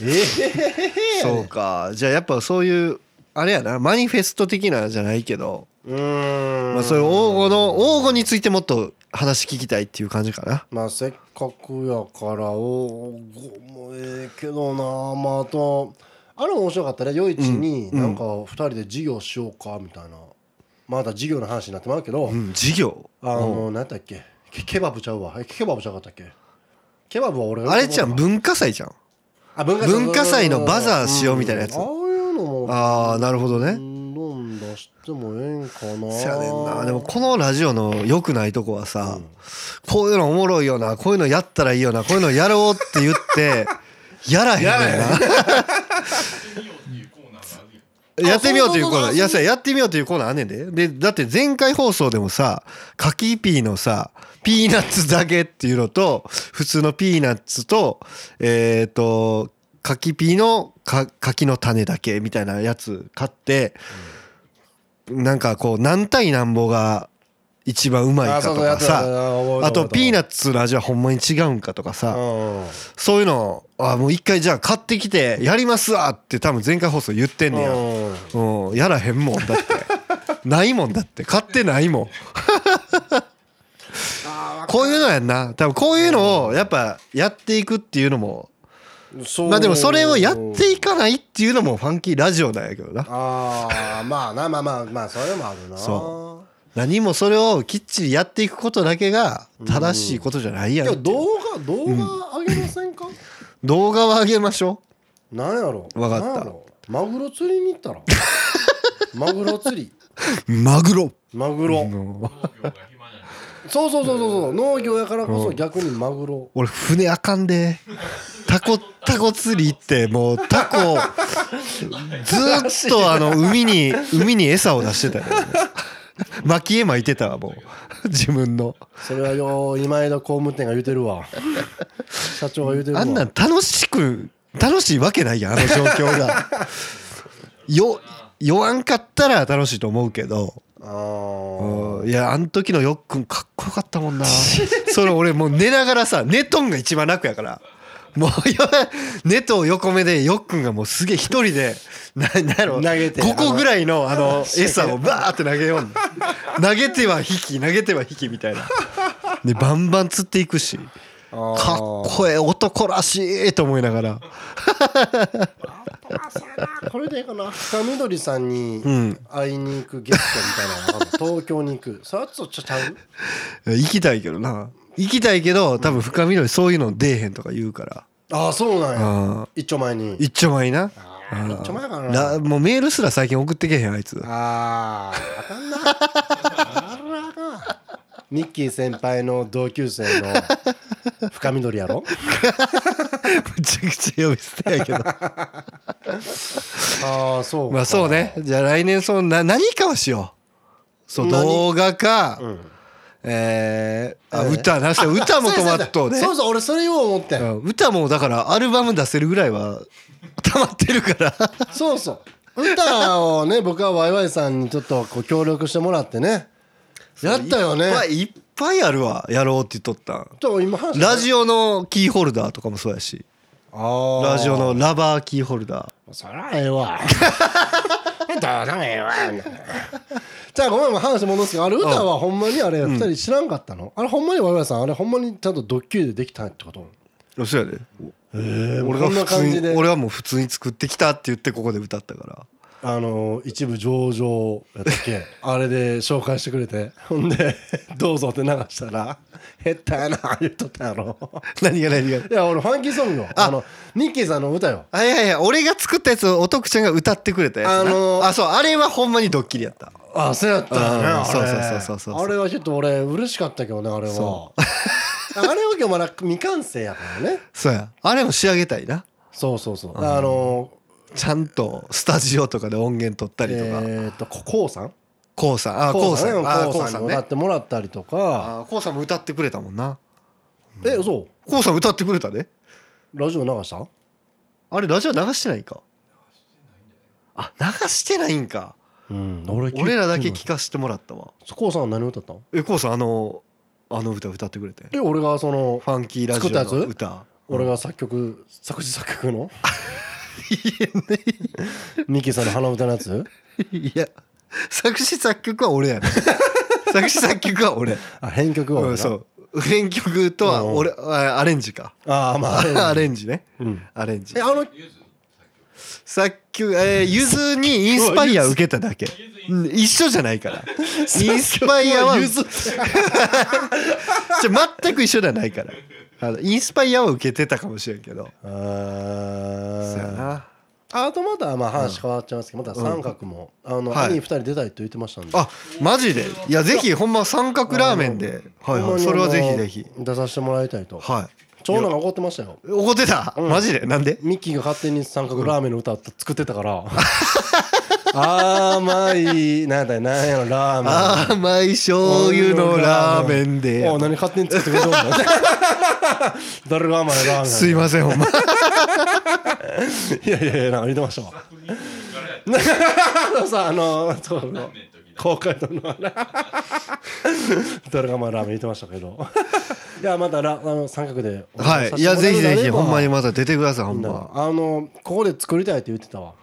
[SPEAKER 2] え
[SPEAKER 1] そうかじゃあやっぱそういうあれやなマニフェスト的なじゃないけど、
[SPEAKER 2] うーん
[SPEAKER 1] まあ、そういう王吾の王吾についてもっと話聞きたいっていう感じかな
[SPEAKER 2] まあせっかくやからおごもうええけどなまああとあれも面白かったね夜市に
[SPEAKER 1] うん
[SPEAKER 2] なんか2人で授業しようかみたいなまだ授業の話になってまうけど、
[SPEAKER 1] うん事業
[SPEAKER 2] あの何やったっけケケバブちゃうわえケバブちゃうかったっけケバブは俺が
[SPEAKER 1] あれちゃん文化祭じゃん
[SPEAKER 2] あ文
[SPEAKER 1] 文化祭のバザーしようみたいなやつ
[SPEAKER 2] んああいうのも
[SPEAKER 1] ああなるほど
[SPEAKER 2] ど
[SPEAKER 1] ね
[SPEAKER 2] んどん出してもええんかな
[SPEAKER 1] せやねんなでもこのラジオの良くないとこはさ、こういうのおもろいよなこういうのやったらいいよなこういうのやろうって言ってやらへんねんな
[SPEAKER 3] みようっていうコーナーがあるよ
[SPEAKER 1] やってみようというコー
[SPEAKER 2] あ
[SPEAKER 1] ナー
[SPEAKER 2] そうそうそう
[SPEAKER 1] いやさやってみようというコーナーあんねんででだって前回放送でもさカキピーのさピーナッツだけっていうのと普通のピーナッツとえっ、とカキピーのか柿の種だけみたいなやつ買って、なんかこう何対何ぼが一番うまいか
[SPEAKER 2] あそう
[SPEAKER 1] と
[SPEAKER 2] そう
[SPEAKER 1] か
[SPEAKER 2] やってた
[SPEAKER 1] さ
[SPEAKER 2] あ
[SPEAKER 1] あとピーナ
[SPEAKER 2] ッ
[SPEAKER 1] ッツの味はほんまに違うんかとかさ、
[SPEAKER 2] うん
[SPEAKER 1] そういうのあもう一回じゃあ買ってきてやりますわって多分前回放送言ってんねや、
[SPEAKER 2] うん
[SPEAKER 1] うん、やらへんもんだって <laughs> ないもんだって買ってないもんこういうのやんな多分こういうのをやっぱやっていくっていうのも
[SPEAKER 2] そう
[SPEAKER 1] まあでもそれをやっていかないっていうのもファンキーラジオなんやけどな
[SPEAKER 2] ああまあなまあまあまあそれもあるな
[SPEAKER 1] そ何もそれをきっちりやっていくことだけが正しいことじゃないや
[SPEAKER 2] け
[SPEAKER 1] んって
[SPEAKER 2] ど
[SPEAKER 1] いう
[SPEAKER 2] 動画動画上げませんか、
[SPEAKER 1] 動画は上げましょ
[SPEAKER 2] なん、何やろ
[SPEAKER 1] わかった
[SPEAKER 2] なんやろマグロ釣りに行った
[SPEAKER 1] <laughs>
[SPEAKER 2] らマグロ釣り
[SPEAKER 1] うマグロ
[SPEAKER 2] マグロ、
[SPEAKER 1] うん
[SPEAKER 3] 農業が暇じゃない
[SPEAKER 2] そうそうそうそうそう農業やからこそ逆にマグロ、
[SPEAKER 1] 俺船あかんでタコタコ釣り行ってもうタコずーっとあの海に海に餌を出してたよ巻き絵巻いてたわもう自分の
[SPEAKER 2] それはよう今枝工務店が言うて
[SPEAKER 1] <laughs>
[SPEAKER 2] るわ社長が言うてるわ
[SPEAKER 1] あんなん楽しく楽しいわけないやんあの状況がよ酔わんかったら楽しいと思うけど
[SPEAKER 2] あー
[SPEAKER 1] うんいやあの時のよっくんかっこよかったもんなそれ俺もう寝ながらさ寝とんが一番楽やからもう <laughs> 寝と横目でよっくんがもうすげえ一人でななんやろ
[SPEAKER 2] 投げて
[SPEAKER 1] 5個ぐらいのあ
[SPEAKER 2] <laughs>
[SPEAKER 1] の
[SPEAKER 2] そう
[SPEAKER 1] 餌をバーって投げよんの投げては引き投げては引きみたいなでバンバン釣っていくし
[SPEAKER 2] あ
[SPEAKER 1] かっこええ男らしいと思いながら
[SPEAKER 2] いいこれでいいかな深緑さんに
[SPEAKER 1] うん
[SPEAKER 2] 会いに行くゲストみたいなのがあるの東京に行くそれはちょっとちゃ
[SPEAKER 1] <laughs>
[SPEAKER 2] う
[SPEAKER 1] 行きたいけどな行きたいけど多分深みのそういうの出えへんとか言うから
[SPEAKER 2] ああそうなんや
[SPEAKER 1] あ
[SPEAKER 2] 一丁前に
[SPEAKER 1] 一丁前にな
[SPEAKER 2] あー一丁前やから
[SPEAKER 1] な
[SPEAKER 2] な
[SPEAKER 1] もうメールすら最近送ってけへんあ <laughs> いつ
[SPEAKER 2] あーあかんなあらあかんミッキー先輩の同級生の深緑やろ
[SPEAKER 1] めちゃくちゃ呼び捨てやけど
[SPEAKER 2] ああそうか
[SPEAKER 1] <laughs> まあそうねじゃあ来年そんな何かをしようそう
[SPEAKER 2] 何
[SPEAKER 1] 動画か、
[SPEAKER 2] ん
[SPEAKER 1] えー、あ
[SPEAKER 2] えー
[SPEAKER 1] 歌なしだ歌も止まっとうね
[SPEAKER 2] そうそう俺それを思って
[SPEAKER 1] うん歌もだからアルバム出せるぐらいは溜まってる <laughs> から
[SPEAKER 2] そうそう歌をね僕はワイワイさんにちょっとこう協力してもらってねやったよね
[SPEAKER 1] いっぱいいっぱいあるわやろうって言っとったん
[SPEAKER 2] ちょっと今話
[SPEAKER 1] ラジオのキーホルダーとかもそうやし
[SPEAKER 2] オ
[SPEAKER 1] ラジオのラバーキーホルダ
[SPEAKER 2] そらええわどうでもええわじゃあごめんごめん話戻すけどあれ歌はほんまにあれ二人知らんかったの、あれほんまにワイワイさんあれほんまにちゃんとドッキリでできたってこと
[SPEAKER 1] ーそうやで
[SPEAKER 2] ええ
[SPEAKER 1] 俺が
[SPEAKER 2] こんな
[SPEAKER 1] 普通
[SPEAKER 2] 感じ
[SPEAKER 1] に
[SPEAKER 2] で
[SPEAKER 1] 俺はもう普通に作ってきたって言ってここで歌ったから
[SPEAKER 2] あの一部上場やったっけ <laughs> あれで紹介してくれてほんで「どうぞ」って流したら「減ったやな」言っとったやろ
[SPEAKER 1] <laughs> 何が何が
[SPEAKER 2] いや俺ファンキーソングよ
[SPEAKER 1] あ
[SPEAKER 2] あのニッキーさんの歌よ
[SPEAKER 1] あいやいや俺が作ったやつをおとくちゃんが歌ってくれたやつな
[SPEAKER 2] あのー
[SPEAKER 1] あそうあれはほんまにドッキリやった
[SPEAKER 2] あそうやった
[SPEAKER 1] よねあれ
[SPEAKER 2] そう
[SPEAKER 1] そうそうそうそうそう
[SPEAKER 2] あれはちょっと俺嬉しかったけどねあれは
[SPEAKER 1] そ
[SPEAKER 2] <laughs> あれは今日まだ未完成やからね
[SPEAKER 1] そうやあれも仕上げたいな
[SPEAKER 2] そうそうそうあの
[SPEAKER 1] ちゃんとスタジオとかで音源取ったりとか
[SPEAKER 2] えっとここうさん
[SPEAKER 1] こうさんあこうさん
[SPEAKER 2] ね
[SPEAKER 1] あ
[SPEAKER 2] こ
[SPEAKER 1] こ
[SPEAKER 2] う
[SPEAKER 1] う
[SPEAKER 2] さ
[SPEAKER 1] さ
[SPEAKER 2] ん
[SPEAKER 1] ん
[SPEAKER 2] に歌
[SPEAKER 1] ね
[SPEAKER 2] ってもらったりとか
[SPEAKER 1] あこうさんも歌ってくれたもんな
[SPEAKER 2] えそ
[SPEAKER 1] こうさん歌ってくれたで
[SPEAKER 2] うラジオ流した
[SPEAKER 1] あれラジオ流してないかあ流してないんか
[SPEAKER 2] うん俺聞い
[SPEAKER 1] 俺らだけ聞かせてもらったわ
[SPEAKER 2] こうさんは何歌ったの
[SPEAKER 1] えこうさんあのあの歌歌ってくれて
[SPEAKER 2] え俺がその
[SPEAKER 1] ファンキーラジオ
[SPEAKER 2] 作ったや
[SPEAKER 1] の
[SPEAKER 2] つ
[SPEAKER 1] 歌
[SPEAKER 2] 俺が作曲作詞作曲のミキさんの鼻歌のやつ <laughs>
[SPEAKER 1] いや作詞作曲は俺やね作詞作曲は俺
[SPEAKER 2] あ編曲を、
[SPEAKER 1] うんそう編曲とは俺あアレンジか
[SPEAKER 2] ああまあ
[SPEAKER 1] アレンジねアレンジ
[SPEAKER 2] えあの
[SPEAKER 3] ゆず
[SPEAKER 1] 作曲えーゆずにインスパイア受けただけうん一緒じゃない
[SPEAKER 2] <laughs>
[SPEAKER 1] からインスパイアは
[SPEAKER 2] ゆ
[SPEAKER 1] <laughs>
[SPEAKER 2] ず
[SPEAKER 1] じゃ全く一緒ではないからあのインスパイアは受けてたかもしれんけど
[SPEAKER 2] あ
[SPEAKER 1] そうや
[SPEAKER 2] ー
[SPEAKER 1] な
[SPEAKER 2] あとまだまあ話変わっちゃいますけどまだ三角も、あの、
[SPEAKER 1] はい
[SPEAKER 2] 兄二人出たいと言ってましたんで
[SPEAKER 1] あマジでいやぜひほんま三角ラーメンではいは
[SPEAKER 2] ほんま
[SPEAKER 1] い
[SPEAKER 2] に
[SPEAKER 1] それはぜひぜひ
[SPEAKER 2] あの出させてもらいたいと
[SPEAKER 1] は
[SPEAKER 2] 長男が怒ってましたよ
[SPEAKER 1] い怒ってたマジでなんで
[SPEAKER 2] ミッキーが勝手に三角ラーメンの歌を作ってたから
[SPEAKER 1] <laughs>
[SPEAKER 2] 甘いなんだよなんやろラーメン
[SPEAKER 1] 甘い醤油のラーメンで
[SPEAKER 2] お何勝手に作ってくれてるんだ
[SPEAKER 1] <laughs>
[SPEAKER 2] 誰が甘いラーメン
[SPEAKER 1] すいません
[SPEAKER 2] <laughs>
[SPEAKER 1] ほんま
[SPEAKER 2] いやいやいや、なんか言ってましたわ。あのさ、あの、そうの、公開とのあれ、ドラマラーメン言ってましたけど。いや、またラ、あの、三角で。
[SPEAKER 1] はいいやぜひぜひほんまに。また出てくださいほんま
[SPEAKER 2] あの、ここで作りたいって言ってたわ。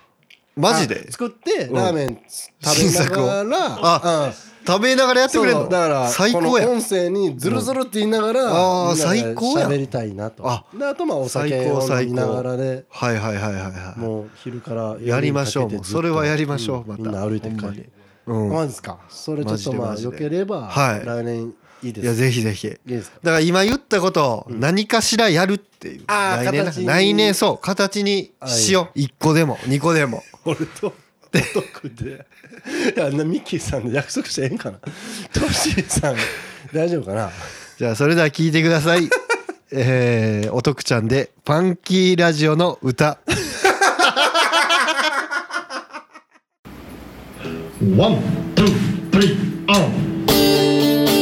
[SPEAKER 1] マジで
[SPEAKER 2] あ作って、
[SPEAKER 1] ん
[SPEAKER 2] ラーメン食べながら、
[SPEAKER 1] あ
[SPEAKER 2] うん
[SPEAKER 1] 食べながらやって
[SPEAKER 2] そ
[SPEAKER 1] く
[SPEAKER 2] う
[SPEAKER 1] れんの
[SPEAKER 2] だから
[SPEAKER 1] 最
[SPEAKER 2] こ
[SPEAKER 1] 高
[SPEAKER 2] の
[SPEAKER 1] や
[SPEAKER 2] 音声にズルズルって言いながら、
[SPEAKER 1] んあー
[SPEAKER 2] みんなで
[SPEAKER 1] 最高やん
[SPEAKER 2] 喋りたいなと
[SPEAKER 1] あ
[SPEAKER 2] であとまあお酒
[SPEAKER 1] 最
[SPEAKER 2] を
[SPEAKER 1] 高
[SPEAKER 2] 飲みながらで
[SPEAKER 1] はいはいはいはいは
[SPEAKER 2] もう昼から
[SPEAKER 1] やりましょうもうそれはやりましょうまた
[SPEAKER 2] みんな歩いて帰
[SPEAKER 1] ほんま
[SPEAKER 2] り
[SPEAKER 1] にいうん
[SPEAKER 2] マジですかそれちょっとま
[SPEAKER 1] マ
[SPEAKER 2] あ
[SPEAKER 1] ジで
[SPEAKER 2] よ
[SPEAKER 1] マジで
[SPEAKER 2] ければ
[SPEAKER 1] はい
[SPEAKER 2] 来年いいで
[SPEAKER 1] いや
[SPEAKER 2] すか
[SPEAKER 1] ぜひぜひ
[SPEAKER 2] いいですか
[SPEAKER 1] だから今言ったことを何かしらやるっていう、
[SPEAKER 2] あー
[SPEAKER 1] 来年な
[SPEAKER 2] 形に
[SPEAKER 1] 来年そう形にしよう、1個でも2個でも
[SPEAKER 2] 俺と男でいやなミッキーさんで約束してええんかなトシーさん大丈夫
[SPEAKER 1] <laughs>
[SPEAKER 2] かな
[SPEAKER 1] じゃあそれでは聞いてくださいえー、おとくちゃんで「パンキーラジオの歌」
[SPEAKER 4] One, two, three, on.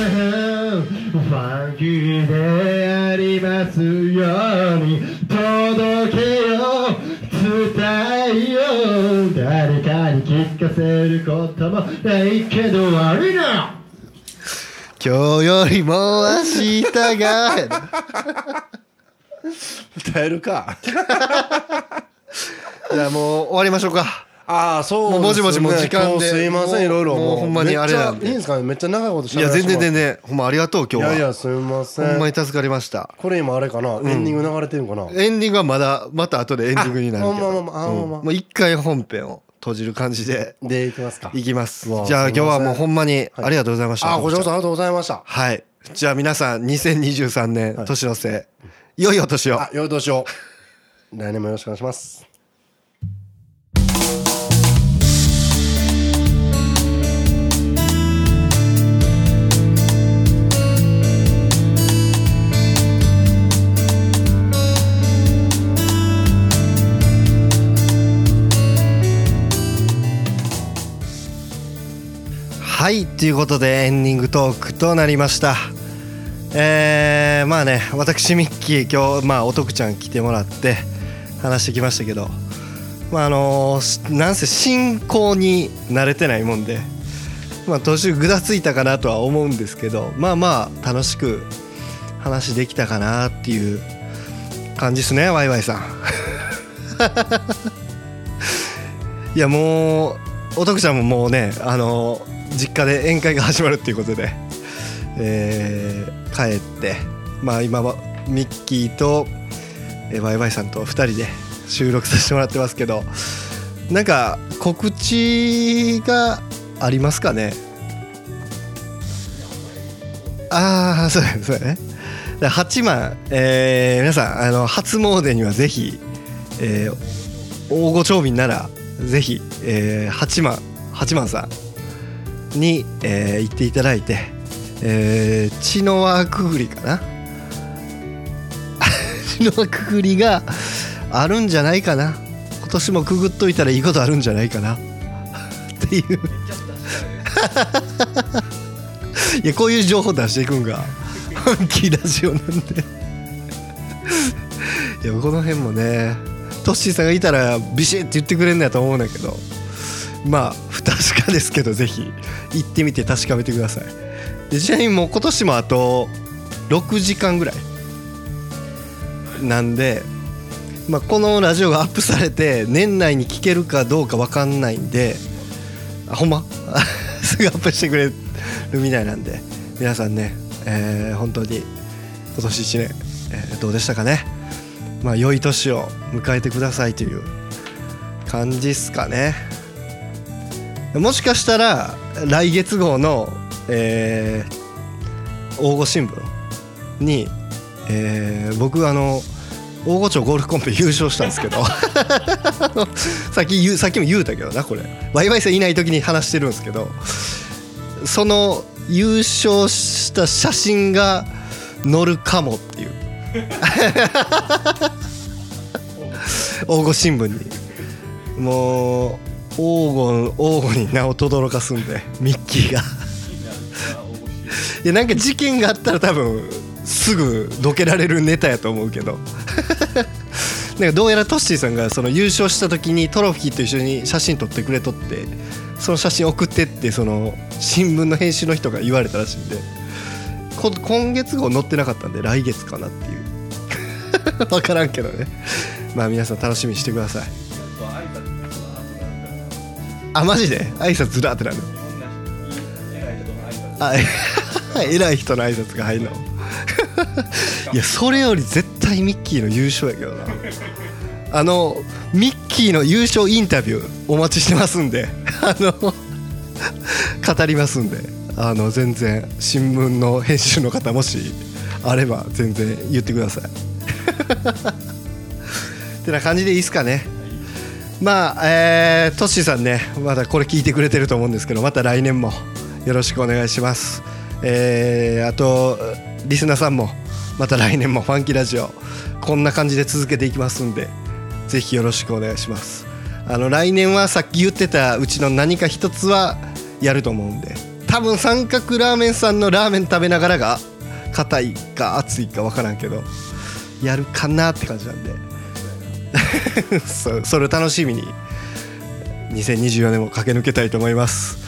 [SPEAKER 4] ファンキーでありますように届けよう伝えよう誰かに聞かせることもないけど悪いな
[SPEAKER 1] 今日よりも明日が
[SPEAKER 2] 歌えるか
[SPEAKER 1] <laughs> じゃあもう終わりましょうか
[SPEAKER 2] ああそうですね
[SPEAKER 1] もうもちもちもう時間で
[SPEAKER 2] 今日すいませんいろいろ
[SPEAKER 1] もうほんまにあれなん
[SPEAKER 2] めっち
[SPEAKER 1] で
[SPEAKER 2] ゃいいんですかねめっちゃ長いことし
[SPEAKER 1] い
[SPEAKER 2] ゃべ
[SPEAKER 1] や
[SPEAKER 2] らせ
[SPEAKER 1] 全然
[SPEAKER 2] てもらって
[SPEAKER 1] 全然ほんまありがとう今日はい
[SPEAKER 2] やいやすいませ
[SPEAKER 1] ほんま
[SPEAKER 2] ん
[SPEAKER 1] に助かりました
[SPEAKER 2] これ今あれかなエンディング流れてるんかな
[SPEAKER 1] エンディングはまだまた後でエンディングになる <laughs> けど
[SPEAKER 2] あほんまほんまあほ
[SPEAKER 1] うん
[SPEAKER 2] んま
[SPEAKER 1] もう一回本編を閉じる感じで
[SPEAKER 2] でいきますか
[SPEAKER 1] いきます
[SPEAKER 2] うわ
[SPEAKER 1] じゃあ
[SPEAKER 2] すいませ
[SPEAKER 1] 今
[SPEAKER 2] ん
[SPEAKER 1] 日はもうほんまにありがとうございました、
[SPEAKER 2] あごちそうさまありがとうございました
[SPEAKER 1] はい。じゃあ皆さん、2023年、年の瀬、いよいよ年を。
[SPEAKER 2] あよいどうしよう来年もよろしくお願いします
[SPEAKER 1] はい。ということで、エンディングトークとなりました。えー、まあね、私、ミッキー、今日、まあ、おとくちゃん来てもらって、話してきましたけど、まあ、あのしなんせ進行に慣れてないもんで、まあ、途中ぐだついたかなとは思うんですけど、まあまあ、楽しく話できたかなっていう感じですね、ワイワイさん。いやもうお徳ちゃんももうねあの実家で宴会が始まるっていうことで、えー帰ってまあ今はミッキーとえーワイワイさんと2人で収録させてもらってますけどなんか告知がありますかねああそうだねそうだねだから八幡、えー皆さんあの初詣にはぜひ、えー大御町民ならぜひ、えー八幡八幡さんに、えー行っていただいて、えー、血の輪くぐりかな <laughs> 血の輪くぐりがあるんじゃないかな今年もくぐっといたらいいことあるんじゃないかなっていう <laughs>
[SPEAKER 3] ちゃった
[SPEAKER 1] いやこういう情報出していくんが本気ラジオなんでいやこの辺もねトッシーさんがいたらビシッて言ってくれるんだと思うんだけどまあ不確かですけどぜひ行ってみて確かめてくださいでちなみにもう今年もあと6時間ぐらいなんで、まあ、このラジオがアップされて年内に聞けるかどうか分かんないんであほんま <laughs> すぐアップしてくれるみたいなんで皆さんね、えー本当に今年1年、えーどうでしたかねまあ良い年を迎えてくださいという感じっすかねもしかしたら来月号の、えー大御新聞に、えー僕あの大御町ゴルフコンペ優勝したんですけど <laughs> あのさっき言うさっきも言うたけどなこれワイワイさんいない時に話してるんですけどその優勝した写真が載るかもっていう大御新聞にもう黄金黄金に名を轟かすんでミッキーがいやなんか事件があったら多分すぐどけられるネタやと思うけど <laughs> なんかどうやらトッシーさんがその優勝した時にトロフィーと一緒に写真撮ってくれとってその写真送ってってその新聞の編集の人が言われたらしいんでこ今月号載ってなかったんで来月かなっていう <laughs> 分からんけどねまあ皆さん楽しみにしてくださいあマジで挨拶ずらーってなるあえ <laughs> 偉い人の挨拶が入るの <laughs> いやそれより絶対ミッキーの優勝やけどなあのミッキーの優勝インタビューお待ちしてますんで <laughs> あの語りますんであの全然新聞の編集の方もしあれば全然言ってください <laughs> ってな感じでいいですかねまあ、えートッシーさんね、まだこれ聞いてくれてると思うんですけど、また来年もよろしくお願いします。えーあと、リスナーさんも、また来年もファンキーラジオ、こんな感じで続けていきますんで、ぜひよろしくお願いします。あの来年はさっき言ってたうちの何か一つはやると思うんで、多分三角ラーメンさんのラーメン食べながらが、硬いか熱いか分からんけど、やるかなって感じなんで。 <laughs> そそれを楽しみに2024年も駆け抜けたいと思います、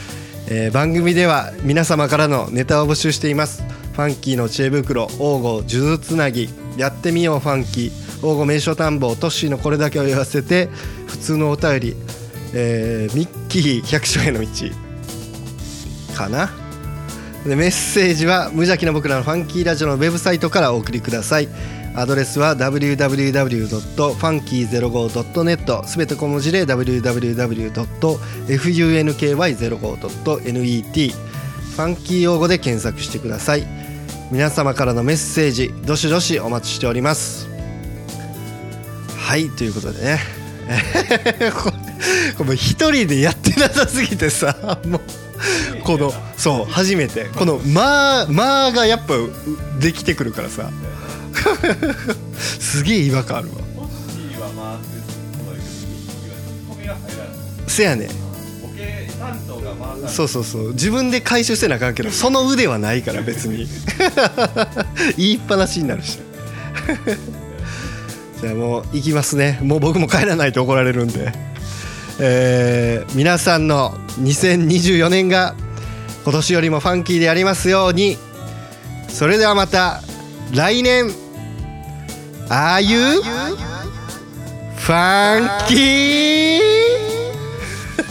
[SPEAKER 1] えー番組では皆様からのネタを募集していますファンキーの知恵袋王吾数珠つなぎやってみようファンキー王吾名所探訪トッシーのこれだけを言わせて普通のお便り、えーミッキー百姓への道かなでメッセージは無邪気な僕らのファンキーラジオのウェブサイトからお送りくださいアドレスは www.funky05.net すべて小文字で www.funky05.net ファンキー用語で検索してください皆様からのメッセージどしどしお待ちしておりますはいということでね <laughs> これこれ一人でやってなさすぎてさもうこのそう初めてこの「まあ」まあがやっぱうできてくるからさ <laughs> すげえ違和感あるわ
[SPEAKER 3] ポッシーは回ってそうだけどミッキーはツッコミが入らない
[SPEAKER 1] せやね
[SPEAKER 3] ボケ担当が回さない
[SPEAKER 1] そうそうそう自分で回収せなあかんけどその腕はないから別 <laughs> に言いっぱなしになるし <laughs> じゃあもう行きますねもう僕も帰らないと怒られるんで、えー皆さんの2024年が今年よりもファンキーでありますようにそれではまた来年 Are you ファンキー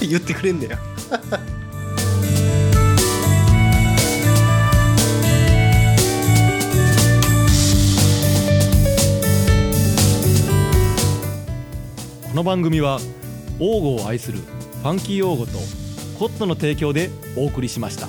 [SPEAKER 1] <laughs> 言ってくれんだよ
[SPEAKER 5] 「
[SPEAKER 3] この番組は王語を愛するファンキー王語とコットの提供でお送りしました。